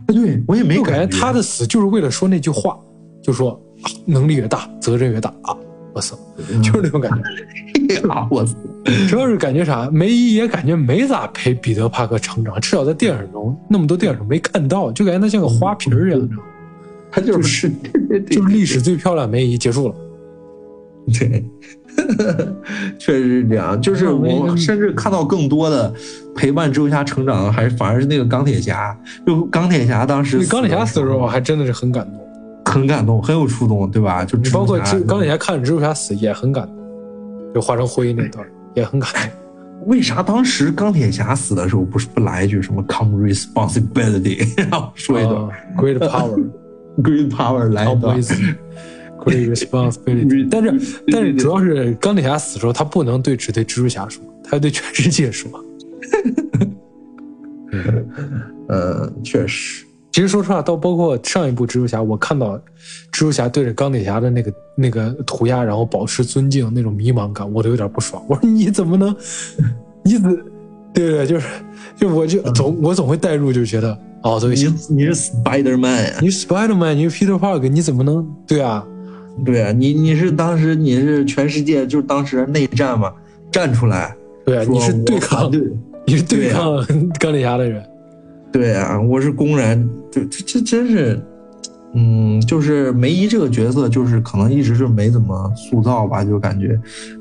S3: 对我也没
S2: 就
S3: 感
S2: 感觉她的死就是为了说那句话，就说、啊能力越大责任越大啊，我操，就是那种感觉。
S3: 啊，我操
S2: 主要是感觉啥，梅姨也感觉没咋陪彼得·帕克成长，至少在电影中那么多电影中没看到，就感觉他像个花瓶儿一样，你知道吗
S3: 他就是
S2: 就是历史最漂亮梅姨结束了。
S3: 对， 确实是这样。就是
S2: 那我
S3: 我
S2: 也
S3: 甚至看到更多的陪伴蜘蛛侠成长的，还是反而是那个钢铁侠。就钢铁侠当时
S2: 对
S3: 死的时候，
S2: 钢铁侠死的时候，我还真的是很感动。
S3: 很感动，很有触动，对吧？就
S2: 你
S3: 蜘
S2: 包
S3: 蛛
S2: 括
S3: 侠
S2: 蜘钢铁侠看着蜘蛛侠死也很感动，就化成灰那段儿也很感动。
S3: 为啥当时钢铁侠死的时候不是不来一句什么 “come responsibility”，然 后说一段、
S2: 啊 Great power
S3: “great power” 来一段
S2: always great responsibility。但是但是主要是钢铁侠死的时候，他不能对只对蜘蛛侠说，他要对全世界说。
S3: 呃，确实，
S2: 其实说实话，到包括上一部蜘蛛侠，我看到蜘蛛侠对着钢铁侠的那个那个涂鸦，然后保持尊敬那种迷茫感，我都有点不爽。我说你怎么 能，你怎，对不对？就是，就我
S3: 嗯
S2: 就总我总会带入，就觉得哦，对，
S3: 你你是 Spider Man 呀、
S2: 你 Spider Man，你 Peter Parker，你怎么能对啊？
S3: 对啊，你你是当时你是全世界就是当时内战嘛，站出来，
S2: 对啊，
S3: 说
S2: 你是
S3: 我
S2: 对
S3: 反
S2: 抗，
S3: 对，
S2: 你是对
S3: 对啊
S2: 抗钢铁侠的人。
S3: 对啊，我是公然，对，这这真是，嗯，就是梅姨这个角色，就是可能一直是没怎么塑造吧，就感觉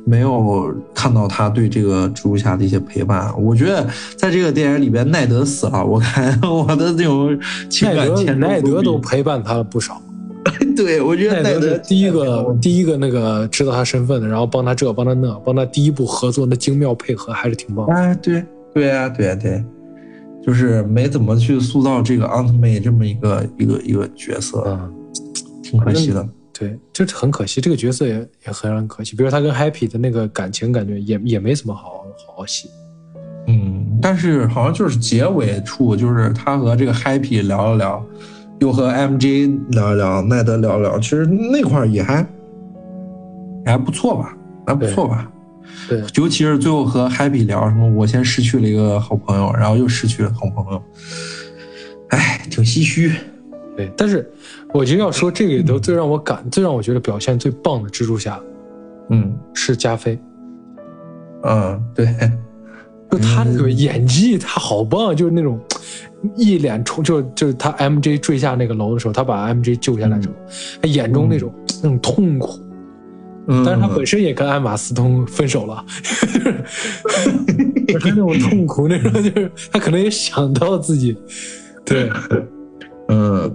S3: 没有看到她对这个蜘蛛侠的一些陪伴。我觉得在这个电影里边，奈德死了，我看 我的这种情
S2: 奈
S3: 感
S2: 德
S3: 牵动
S2: 奈德
S3: 比
S2: 都陪伴他了不少，
S3: 对，我觉
S2: 奈
S3: 得奈
S2: 德
S3: 德
S2: 是第一
S3: 牵
S2: 个
S3: 动
S2: 第一个那个知道他身份的，然后帮他这帮他那，帮他第一部合作那精妙配合还是挺棒的。
S3: 哎，对对啊，对啊，对，就是没怎么去塑造这个 Aunt May 这么一个一个一个角色，
S2: 嗯
S3: 挺可惜的。
S2: 对，就是很可惜，这个角色也也很让人可惜。比如他跟 Happy 的那个感情，感觉也也没怎么好好好戏。
S3: 嗯嗯，但是好像就是结尾处，就是他和这个 Happy 聊了聊，又和 MJ 聊一聊，奈德聊一聊，其实那块儿也还也还不错吧，还不错吧。
S2: 对，
S3: 尤其是最后和 Happy 聊什么，我先失去了一个好朋友，然后又失去了好朋友，哎，挺唏嘘。
S2: 对，但是我就要说，这个里头最让我感、最让我觉得表现最棒的蜘蛛侠
S3: 嗯
S2: 是加菲，
S3: 嗯，对，
S2: 就他那个演技，他好棒，就是那种一脸冲，就就是他 MJ 坠下那个楼的时候，他把 MJ 救下来之后，他眼中那种、那种痛苦，
S3: 嗯，
S2: 但是他本身也跟艾玛斯通分手 了，就是他那种痛苦，那种就是他可能也想到自己，对，
S3: 嗯，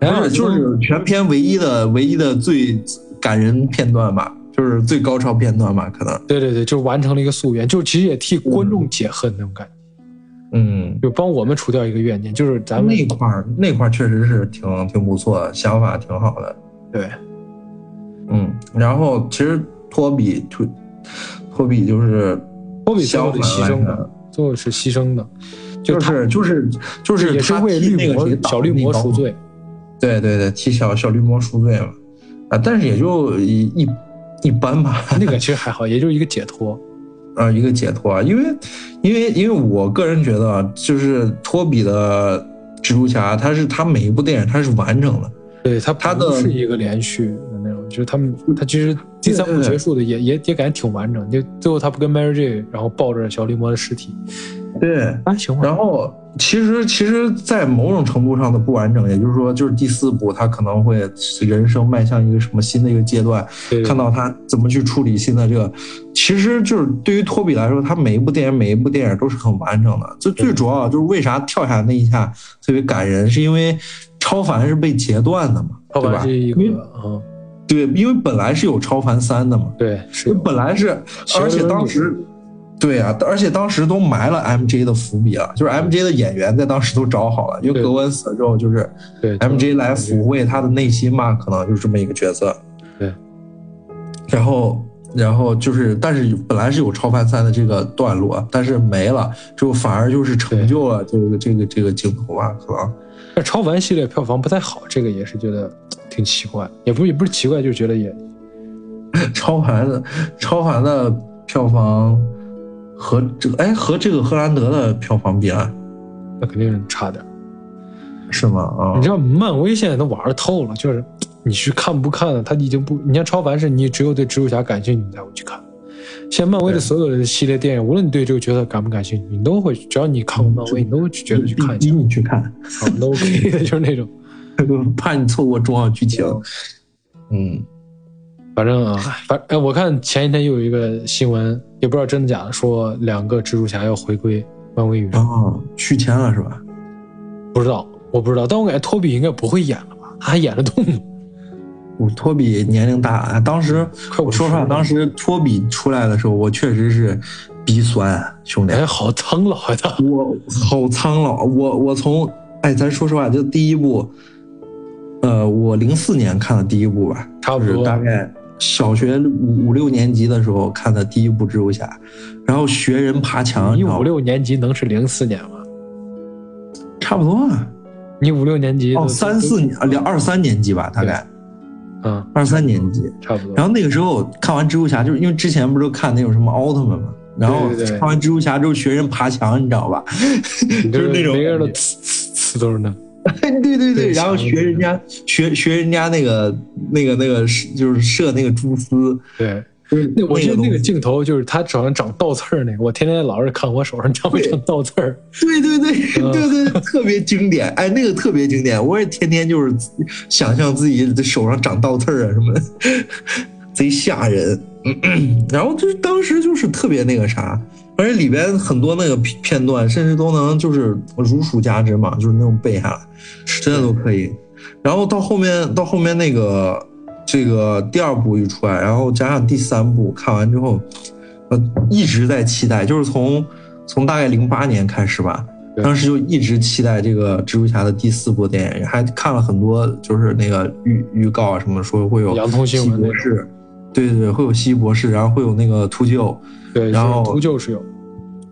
S2: 然
S3: 而
S2: 后
S3: 且就是全片唯一的唯一的最感人片段吧，就是最高潮片段吧，可能。
S2: 对对对，就完成了一个夙愿，就其实也替观众解恨那种感觉，
S3: 嗯，
S2: 就帮我们除掉一个怨念，就是咱们
S3: 那块儿那块儿确实是挺挺不错的，想法挺好的。
S2: 对
S3: 嗯，然后其实托比托托比就是
S2: 托比最后
S3: 相
S2: 是
S3: 反
S2: 牺
S3: 来
S2: 牲
S3: 看
S2: 的，最后是牺牲的，
S3: 就
S2: 他
S3: 是就是就是
S2: 也是
S3: 他
S2: 为
S3: 替
S2: 绿
S3: 那个
S2: 魔
S3: 谁挡
S2: 小绿
S3: 那
S2: 魔
S3: 刀
S2: 赎
S3: 嘛
S2: 罪，
S3: 对对对，替小小绿魔赎罪嘛，啊，但是也就一一一般吧，
S2: 那个其实还好，也就是一个解脱，
S3: 啊，一个解脱啊，因为因为因为我个人觉得啊，就是托比的蜘蛛侠，他是他每一部电影他是完整的，
S2: 对他
S3: 他
S2: 不
S3: 的嗯
S2: 是一个连续的那种，就是他们他其实第三部
S3: 对对对
S2: 结束的也也也感觉挺完整，就最后他不跟 Mary J 然后抱着小绿魔的尸体，
S3: 对。
S2: 啊行吧，
S3: 然后其实其实，在某种程度上的不完整，也就是说，就是第四部他可能会人生迈向一个什么新的一个阶段，
S2: 对
S3: 看到他怎么去处理新的这个，其实就是对于托比来说，他每一部电影每一部电影都是很完整的。最最主要就是为啥跳下那一下特别感人，是因为超凡是被截断的嘛，
S2: 超
S3: 对
S2: 凡
S3: 吧？嗯
S2: 是一
S3: 因为
S2: 个啊
S3: 对，因为本来是有超凡三的嘛，
S2: 对是有
S3: 本来是，
S2: 邪
S3: 而且
S2: 恶
S3: 当时。对啊，而且当时都埋了 MJ 的伏笔了，就是 MJ 的演员在当时都找好了，因为
S2: 对
S3: 格温死了之后，就是
S2: 对
S3: MJ 来抚慰他的内心嘛，可能就是这么一个角色。
S2: 对，
S3: 然后然后就是，但是本来是有超凡三的这个段落，但是没了，之后反而就是成就了这个这个这个镜头吧，可能。
S2: 但超凡系列票房不太好，这个也是觉得挺奇怪，也不也不是奇怪，就是觉得也
S3: 超凡的超凡的票房和这个哎和这个荷兰德的票房比啊，
S2: 那肯定是差点儿。
S3: 是吗？啊、
S2: 你知道漫威现在都玩透了，就是你去看不看了，他已经不，你像超凡是你只有对蜘蛛侠感兴趣，你才会去看。现在漫威的
S3: 对
S2: 所有的系列电影，无论你对这个角色感不感兴趣，你都会，只要你看
S3: 嗯
S2: 过漫威，你都会去觉得去看一
S3: 逼
S2: 下，
S3: 你去看，
S2: 啊都 OK 的， 就是那种。
S3: 怕你错过重要剧情。嗯，
S2: 反正啊，反哎，我看前一天又有一个新闻，也不知道真的假的，说两个蜘蛛侠要回归漫威宇宙，
S3: 然后续签了是吧？
S2: 不知道，我不知道，但我感觉托比应该不会演了吧？他还演得动吗？
S3: 我托比年龄大，啊，当时
S2: 嗯快
S3: 我
S2: 50
S3: 说实话，
S2: 了
S3: 当时托比出来的时候，我确实是鼻酸，啊兄弟
S2: 感，觉哎好苍老啊，他
S3: 我好苍老，我我从哎，咱说实话，就第一部，呃，我零四年看的第一部吧，
S2: 差不
S3: 就是
S2: 多。
S3: 大概小学五五六年级的时候看的第一部蜘蛛侠，然后学人爬墙，
S2: 你
S3: 你知道
S2: 五
S3: 吗
S2: 六年级能是零四年吗？
S3: 差不多啊，
S2: 你五六年级
S3: 哦，
S2: 都
S3: 三四年，两二三年级吧，大概
S2: 嗯，
S3: 二三年级。
S2: 差不多。
S3: 然后那个时候看完蜘蛛侠，就是因为之前不是看那种什么奥特曼嘛，然后
S2: 对对对
S3: 看完蜘蛛侠之后学人爬墙，你知道吧？
S2: 你
S3: 就是那种
S2: 每个人都呲
S3: 感觉
S2: 呲呲都是那，
S3: 对对对
S2: 对
S3: 然后
S2: 墙
S3: 学人家学学人家那个那个那个是就是射那个蛛丝，
S2: 对。
S3: 就是
S2: 那我记得那个
S3: 东西
S2: 镜头就是他手上长倒刺儿那个，我天天老是看我手上长不长倒刺儿。
S3: 对对
S2: 嗯
S3: 对 对对，特别经典，哎，那个特别经典，我也天天就是想象自己的手上长倒刺儿啊什么的， 贼吓人。 然后就是当时就是特别那个啥，而且里边很多那个片片段，甚至都能就是如数家珍嘛，就是那种背下来，真的都可以。然后到后面到后面那个这个第二部一出来，然后加上第三部看完之后，呃，一直在期待，就是从从大概零八年开始吧，
S2: 对
S3: 当时就一直期待这个蜘蛛侠的第四部电影，还看了很多就是那个预预告啊什么，说会有
S2: 洋葱新闻
S3: 西
S2: 那
S3: 博
S2: 种
S3: 士，对对对，会有西博士，然后会有那个秃鹫，
S2: 对，
S3: 然后
S2: 就是图就是有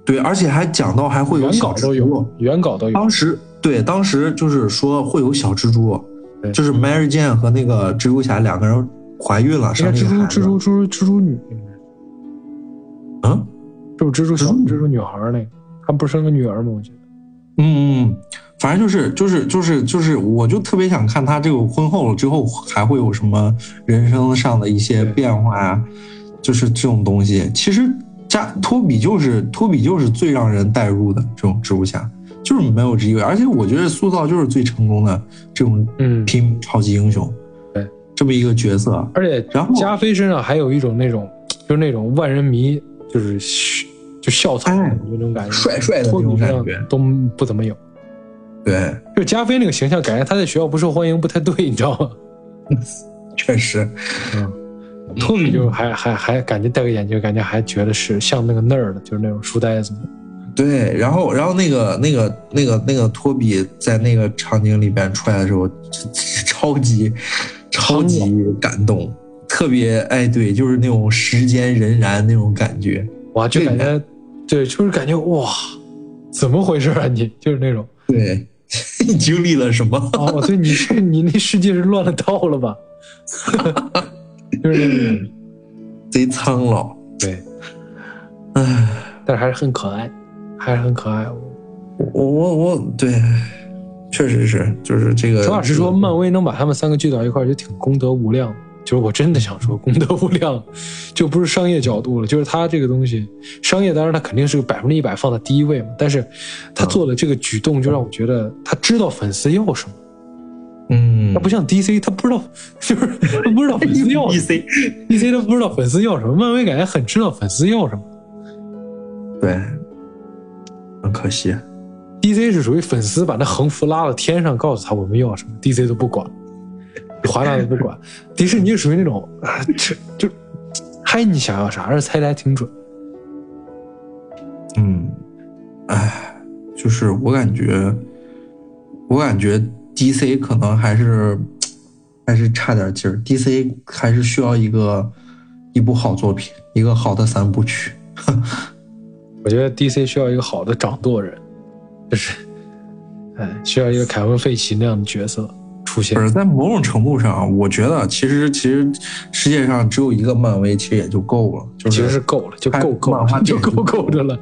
S3: 对，而且还讲到还会有
S2: 原
S3: 小
S2: 稿
S3: 蜘蛛
S2: 都有，原稿都有。
S3: 当时对，当时就是说会有小蜘蛛
S2: 对，
S3: 就是 Mary Jane 和那个蜘蛛侠两个人怀孕了，
S2: 应该
S3: 生了一
S2: 蜘
S3: 个
S2: 蛛
S3: 孩
S2: 哎蜘
S3: 子。
S2: 蛛蜘蛛蜘蛛女，
S3: 嗯
S2: 是不是蜘蛛小
S3: 蜘蛛女
S2: 蜘蛛女孩儿那个？她不是生个女儿吗？我觉得
S3: 嗯嗯，反正就是就是就是就是，我就特别想看他这个婚后了之后还会有什么人生上的一些
S2: 对
S3: 变化呀，就是这种东西。其实加托比就是托比就是最让人代入的这种蜘蛛侠，就是没有之一，而且我觉得塑造就是最成功的这种
S2: 嗯
S3: 拼超级英雄，
S2: 对
S3: 这么一个角色。啊
S2: 而且
S3: 然后
S2: 加菲身上还有一种那种，就是那种万人迷，就是嘘就校草
S3: 哎
S2: 就那种感觉，
S3: 帅帅的
S2: 托
S3: 那
S2: 比
S3: 种
S2: 身
S3: 感
S2: 上
S3: 觉
S2: 都不怎么有。
S3: 对，
S2: 就加菲那个形象，感觉他在学校不受欢迎，不太对，你知道吗？
S3: 确实，
S2: 托比就还还还感觉戴个眼镜，感觉还觉得是像那个那儿的，就是那种书呆子。
S3: 对。然后，然后那个那个那个那个托比在那个场景里边出来的时候，超级超级感动，特别哎，对，就是那种时间荏苒那种感觉。
S2: 哇，就
S3: 对
S2: 感觉，对，就是感觉哇，怎么回事啊你？就是那种，
S3: 对， 你经历了什么？
S2: 哦，对，你是你那世界是乱了套了吧？ 就是那种，
S3: 贼苍老，
S2: 对，
S3: 唉，
S2: 但是还是很可爱，还是很可爱。
S3: 我我我，对，确实是，呃就是这个。
S2: 实话实说，漫威能把他们三个聚到一块儿，就挺功德无量的。就是我真的想说，功德无量，就不是商业角度了。就是他这个东西，商业当然他肯定是百分之一百放在第一位嘛，但是他做的这个举动，就让我觉得他知道粉丝要什么。
S3: 嗯
S2: 他，不像 DC，他不知道，就是他不知道粉丝要什
S3: E
S2: 么
S3: C，
S2: DC 他不知道粉丝要什么，漫威感觉很知道粉丝要什么。
S3: 对，很可惜。
S2: DC 是属于粉丝把那横幅拉到天上，告诉他我们要什么，DC 都不管，华纳都不管。迪士尼就属于那种啊，这就嗨你想要啥，而且猜的还挺准。
S3: 嗯，哎，就是我感觉，我感觉 DC 可能还是还是差点劲儿，DC 还是需要一个一部好作品，一个好的三部曲。
S2: 我觉得 DC 需要一个好的掌舵人，就是，哎，需要一个凯文·费奇那样的角色出现
S3: 不。是，在某种程度上，我觉得其实其实世界上只有一个漫威，其实也就够了。就是
S2: 其实是够了，就够够
S3: 漫画
S2: 了，就
S3: 电影
S2: 够够的了。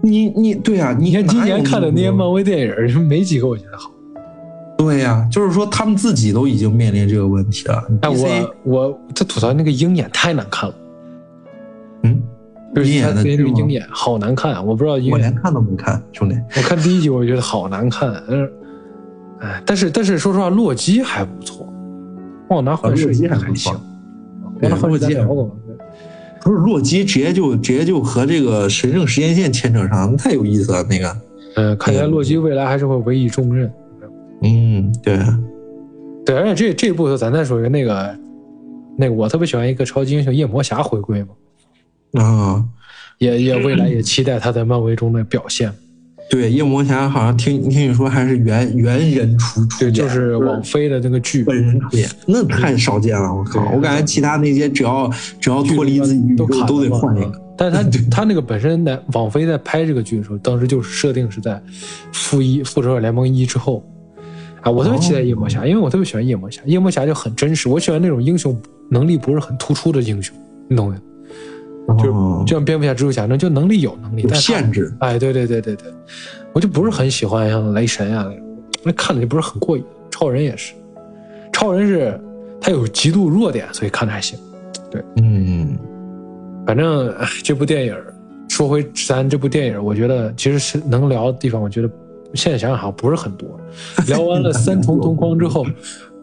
S3: 你你对啊，
S2: 你
S3: 你
S2: 看今
S3: 哪有
S2: 年看的那些
S3: 么多
S2: 漫威电影， 没几个我觉得好。
S3: 对呀、就是说他们自己都已经面临这个问题了。
S2: 但
S3: DC
S2: 我我这吐槽那个鹰眼太难看了，
S3: 嗯，
S2: 就是
S3: 鹰眼
S2: 他那
S3: 的剧
S2: 个
S3: 吗
S2: 鹰眼好难看啊！我不知道鹰
S3: 我
S2: 眼
S3: 连看都没看，兄弟。
S2: 我看第一集我觉得好难看，但是，哎，但是但是说实话，洛基还不错，忘拿回
S3: 啊洛
S2: 事
S3: 基还
S2: 还
S3: 不
S2: 行，
S3: 错
S2: 忘拿
S3: 对
S2: 回
S3: 洛
S2: 事咱
S3: 基还
S2: 聊
S3: 不
S2: 过嘛。
S3: 不是洛基直接就直接就和这个神圣时间线牵扯上，那太有意思了。那个，
S2: 嗯，看起来洛基未来还是会委以重任。
S3: 嗯，对，
S2: 对，而且这这部咱再说一个那个，那个我特别喜欢一个超级英雄夜魔侠回归嘛，
S3: 啊，
S2: 也也未来也期待他在漫威中的表现。
S3: 对，夜魔侠好像听听你说还是原原人出出
S2: 对，
S3: 演，
S2: 就是网飞的那个剧，
S3: 本人出演，那太少见了。我靠
S2: 对，
S3: 我感觉其他那些只要只要脱离自己宇
S2: 嗯都
S3: 宙
S2: 砍
S3: 都得
S2: 了嘛
S3: 换一个。。
S2: 但是他 他那个本身在网飞在拍这个剧的时候，当时就是设定是在复一复仇者联盟一之后，啊，我特
S3: 哦
S2: 别期待夜魔侠，因为我特别喜欢夜魔侠，夜魔侠就很真实，我喜欢那种英雄能力不是很突出的英雄，你懂的，就是
S3: 哦
S2: 就像蝙蝠侠、蜘蛛侠那就能力有能力，
S3: 有
S2: 但是他
S3: 限制，
S2: 哎，对对对对对，我就不是很喜欢像雷神啊那种，那看着就不是很过瘾。超人也是，超人是他有极度弱点，所以看着还行。
S3: 嗯，
S2: 反正唉这部电影儿，说回咱这部电影儿，我觉得其实是能聊的地方，我觉得现在想想好像不是很多。聊完了三重同框之后，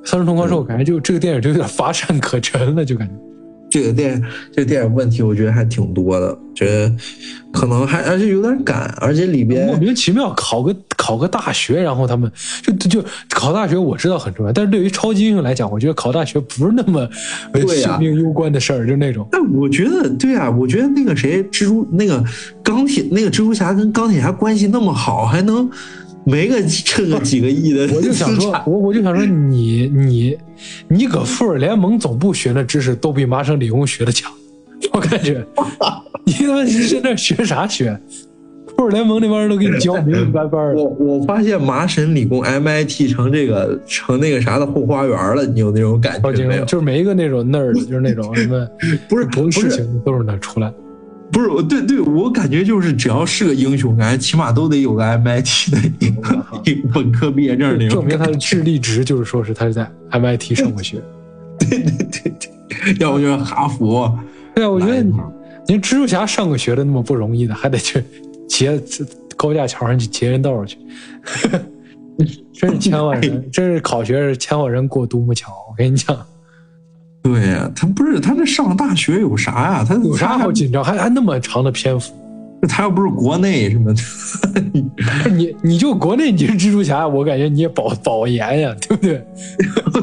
S2: 三重同框之后，感觉就这个电影就有点乏善可陈了，就感觉。
S3: 这个电这个电影问题我觉得还挺多的，觉得可能还而且有点赶，而且里边
S2: 莫名其妙考个考个大学，然后他们就就就考大学，我知道很重要，但是对于超级英雄来讲，我觉得考大学不是那么呃
S3: 对呀
S2: 性命攸关的事儿，就那种。
S3: 但我觉得，对啊，我觉得那个谁，蜘蛛那个钢铁那个蜘蛛侠跟钢铁侠关系那么好，还能没个趁个几个亿的
S2: 我就想
S3: 资
S2: 说
S3: 产，，
S2: 我我就想说你你你搁复仇者联盟总部学的知识都比麻省理工学的强，我感觉你他妈你在那学啥学？复仇联盟那帮人都给你教明明白白的
S3: 我。我发现麻省理工 MIT 成这个成那个啥的后花园了，你有那种感
S2: 超级
S3: 觉没有？
S2: 就是每一个那种那儿，就是那种什么
S3: 不是
S2: 不
S3: 不
S2: 事
S3: 是
S2: 情都是那出来。
S3: 不是，我对对，我感觉就是只要是个英雄，感觉起码都得有个 MIT 的一个一个本科毕业证那
S2: 嗯证
S3: 种
S2: 明
S3: 感
S2: 他
S3: 觉，
S2: 的智力值就是说是他是在 MIT 上过学。
S3: 要不就是哈佛。
S2: 对啊，我觉
S3: 来
S2: 得
S3: 一
S2: 你
S3: 趟
S2: 您蜘蛛侠上过学的那么不容易的，还得去截高架桥上去截人道儿去，真是千万人，真是考学是千万人过独木桥。我跟你讲，
S3: 对呀、他不是他这上大学有啥呀、他
S2: 有啥好
S3: 他
S2: 紧张？还还那么长的篇幅？
S3: 他又不是国内什么的，
S2: 你你就国内你是蜘蛛侠，我感觉你也保保研呀，对不对？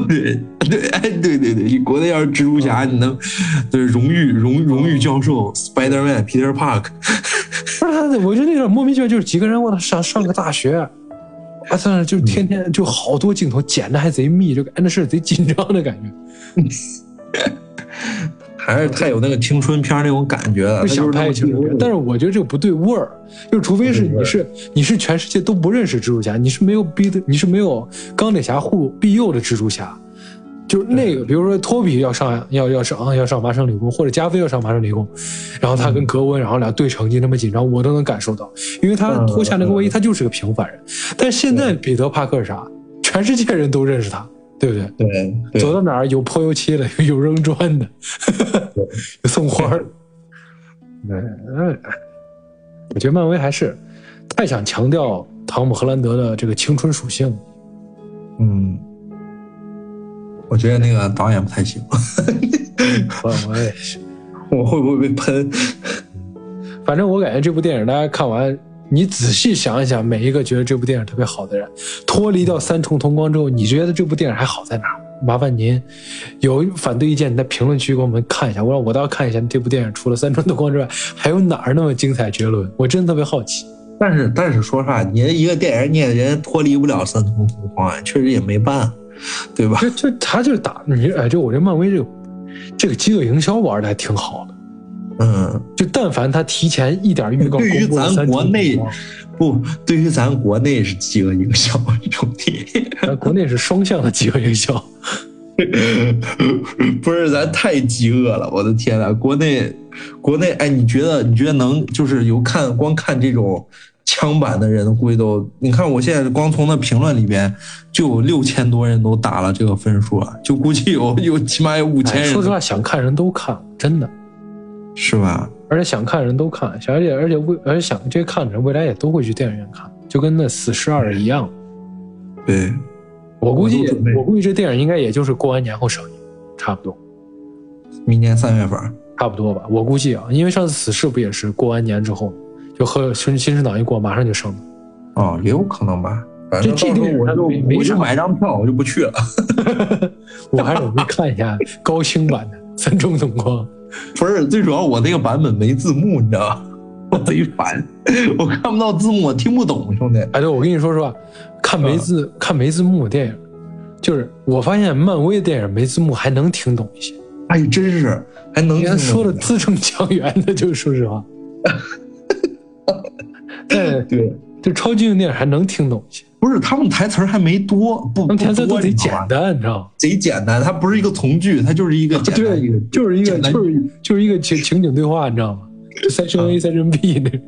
S3: 对对，哎，对对对，你国内要是蜘蛛侠，你能对荣誉荣荣誉教授 Spider Man Peter Park，
S2: 不是他，我觉得那种莫名其妙就是几个人，我操，上上个大学，啊，算是就天天就好多镜头剪的还贼密，就感觉那事儿贼紧张的感觉。
S3: 还是太有那个青春片那种感觉了。
S2: 不
S3: 他就
S2: 想
S3: 是那
S2: 拍
S3: 么
S2: 青春片，但是我觉得这个不对味儿，就是除非是
S3: 不对味
S2: 你
S3: 儿
S2: 是你是全世界都不认识蜘蛛侠，你是没有逼的，你是没有钢铁侠护庇佑的蜘蛛侠，就是那个，比如说托比要上要要上啊要上麻省理工，或者加菲要上麻省理工，然后他
S3: 嗯
S2: 跟格温，然后俩对成绩那么紧张，我都能感受到，因为他
S3: 嗯
S2: 脱下那个外衣，
S3: 嗯
S2: 他就是个平凡人。但现在彼得帕克是啥，全世界人都认识他，对不对？
S3: 对
S2: 走
S3: 对
S2: 到哪儿有泼油漆的， 有扔砖的， 有送花儿的。对，嗯我觉得漫威还是太想强调汤姆·荷兰德的这个青春属性了。
S3: 嗯，我觉得那个导演不太行，
S2: 我我也是，
S3: 我会不会被喷？
S2: 反正我感觉这部电影大家看完，你仔细想一想，每一个觉得这部电影特别好的人，脱离掉三重同光之后，你觉得这部电影还好在哪儿？麻烦您有反对意见，你在评论区给我们看一下。我让我倒要看一下这部电影除了三重同光之外，还有哪儿那么精彩绝伦？我真的特别好奇。
S3: 但是但是说啥，你一个电影你也人脱离不了三重同框呀，啊确实也没办，对吧？
S2: 就就他就是打你，哎，就我这漫威这个这个饥饿营销玩的还挺好的。
S3: 嗯，
S2: 就但凡他提前一点预告，
S3: 对于
S2: 公布了
S3: 咱
S2: 三
S3: 国
S2: 重
S3: 内
S2: 同框
S3: 不，对于咱国内是饥饿营销兄弟。
S2: 咱国内是双向的饥饿营 销。
S3: 不是，咱太饥饿了，我的天呐，国内，国内，哎，你觉得，你觉得能就是有看光看这种枪版的人，估计都，你看我现在光从那评论里边就有六千多人都打了这个分数啊，就估计有有起码有五千
S2: 哎，
S3: 人，
S2: 说实话，想看人都看，真的，
S3: 是吧？
S2: 而且想看人都看，而且而且未而且想这些看的人未来也都会去电影院看，就跟那死侍二一样。
S3: 对，
S2: 我估计
S3: 我都准备
S2: 我估计这电影应该也就是过完年后上映，差不多
S3: 明年三月份儿，
S2: 差不多吧。我估计啊，因为上次死侍不也是过完年之后，就和新新生党一过，马上就上了。
S3: 哦，也有可能吧。反正到
S2: 这
S3: 时
S2: 这
S3: 候
S2: 电影
S3: 我
S2: 它
S3: 就
S2: 没没
S3: 我就
S2: 啥
S3: 买张票，我就不去了。
S2: 我还准备看一下高清版的《三重同框》。
S3: 不是，最主要我那个版本没字幕，你知道吧？ 我贼烦，我看不到字幕，我听不懂，兄弟。
S2: 哎，对，我跟你说实话，看没
S3: 嗯
S2: 字、看没字幕的电影，就是我发现漫威的电影没字幕还能听懂一些，
S3: 哎，真是还能
S2: 因为
S3: 听
S2: 他
S3: 懂
S2: 说的字正腔圆的，就是说实 话。但
S3: 对，
S2: 就超级英雄电影还能听懂一些，
S3: 不是他们台词儿还没多，不，
S2: 他们台词都
S3: 不多
S2: 贼
S3: 你知
S2: 简
S3: 道吧
S2: 单，你知道吗？
S3: 贼简单，它不是一个从句，它就是一个简单
S2: 啊对
S3: 一个，，
S2: 就是一个
S3: 简单
S2: 就是就是一个情情景对话，你知道吗？就三
S3: 嗯
S2: 声 A 三声 B 那种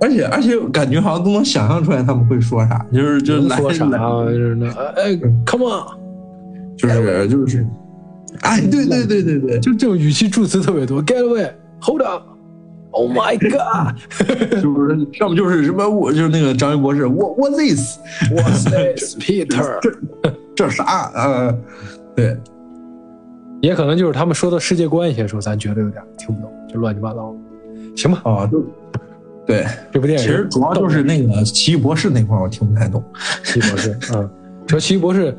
S3: 而且而且感觉好像都能想象出来他们会说啥，就是就是
S2: 能
S3: 嗯来
S2: 说啥
S3: 来
S2: 啊？就是那哎哎，come on。
S3: 就是就是，哎，对对对对 对，
S2: 就这种语气助词特别多。Get away, hold up, oh my god,
S3: 就是要么就是什么我就是那个张云博士，我我 this
S2: what's this, Peter？
S3: 这啥呃，对，
S2: 也可能就是他们说到世界观一些时候，咱觉得有点听不懂，就乱七八糟。行吧，
S3: 哦就。对，
S2: 这部电
S3: 其
S2: 影
S3: 实主要就是那个奇异博士那块儿我听不太懂，
S2: 奇异博士，嗯，主要奇异博士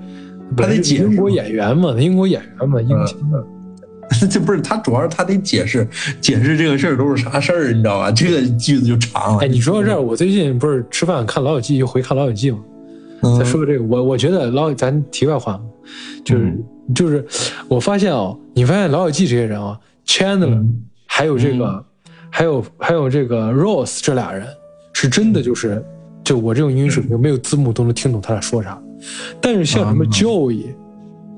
S2: 本来
S3: 他得
S2: 是
S3: 解释嗯
S2: 英国演员嘛，英国演员嘛，英腔的。
S3: 这不是他，主要是他得解释解释这个事儿都是啥事儿，你知道吧？这个句子就长了。
S2: 哎，你说到这儿，我最近不是吃饭看《老友记》，又回看《老友记》嘛。
S3: 嗯
S2: 再说这个，我我觉得老咱题外话，就是、
S3: 嗯
S2: 就是，我发现哦，你发现老友记这些人啊，Chandler、
S3: 嗯
S2: 还有这个，还有还有这个 Rose 这俩人，是真
S3: 嗯
S2: 的就是，就我这种英语水平，没有字幕都能听懂他俩说啥。但是像什么
S3: 啊
S2: Joey，、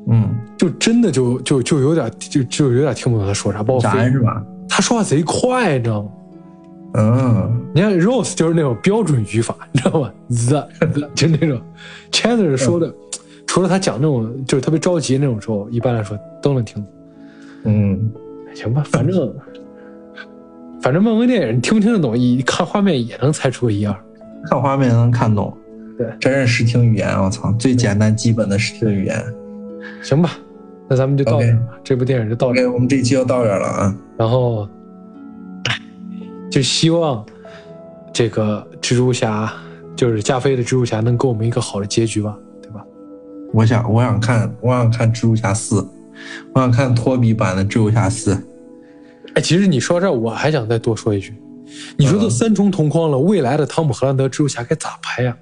S3: 嗯，
S2: 就真的就就就有点就就有点听不懂他说啥，包括
S3: 咱
S2: Phil-
S3: 是吧？
S2: 他说话贼快，你知道吗？
S3: 嗯，
S2: 你看 Rose 就是那种标准语法，你知道吗？the the 就那种 Chandler 说
S3: 嗯
S2: 的，除了他讲那种就是特别着急那种时候，一般来说都能听懂。
S3: 嗯，
S2: 行吧，反正反正漫威电影你听不听得懂，一看画面也能猜出个一二。
S3: 看画面能看懂。
S2: 对
S3: 真是视听语言，我操，最简单基本的视听语言。
S2: 行吧，那咱们就到
S3: OK
S2: 这儿吧这部电影就到这儿，
S3: OK，我们这期就到这儿了啊。
S2: 然后就希望这个蜘蛛侠，就是加菲的蜘蛛侠，能给我们一个好的结局吧，对吧？
S3: 我想，我想看，我想看蜘蛛侠四，我想看托比版的蜘蛛侠四。
S2: 哎，其实你说到这儿，我还想再多说一句，你说都
S3: 嗯
S2: 三重同框了，未来的汤姆·荷兰德蜘蛛侠该咋拍呀、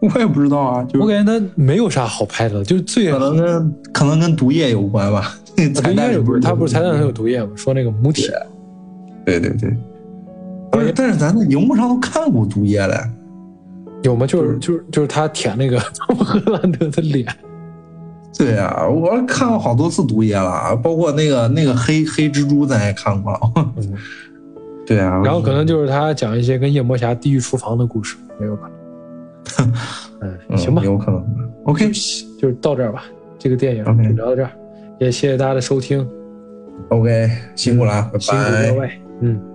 S3: 我也不知道啊，就
S2: 我
S3: 是
S2: 感觉他没有啥好拍的，就是最
S3: 可能跟可能跟毒液有关吧。那个 彩
S2: 应
S3: 蛋
S2: 该
S3: 里
S2: 有
S3: 不是
S2: 他不是彩蛋上有毒液吗？说那个母体，
S3: 对对对，不是，但是咱在荧幕上都看过毒液了，
S2: 有吗？就是
S3: 嗯
S2: 就是就是他舔那个 汤姆·荷兰德的脸，
S3: 对啊，我看过好多次毒液了，包括那个那个黑黑蜘蛛咱也看过 了，
S2: 嗯
S3: 对啊，
S2: 然后可能就是他讲一些跟夜魔侠地狱厨房的故事，也有可能。 嗯，
S3: 嗯
S2: 行吧，
S3: 有可能，OK，
S2: 就是到这儿吧，这个电影
S3: OK
S2: 就聊到这儿，也谢谢大家的收听，
S3: OK，辛苦了，拜
S2: 辛苦
S3: 拜
S2: 各。位，嗯。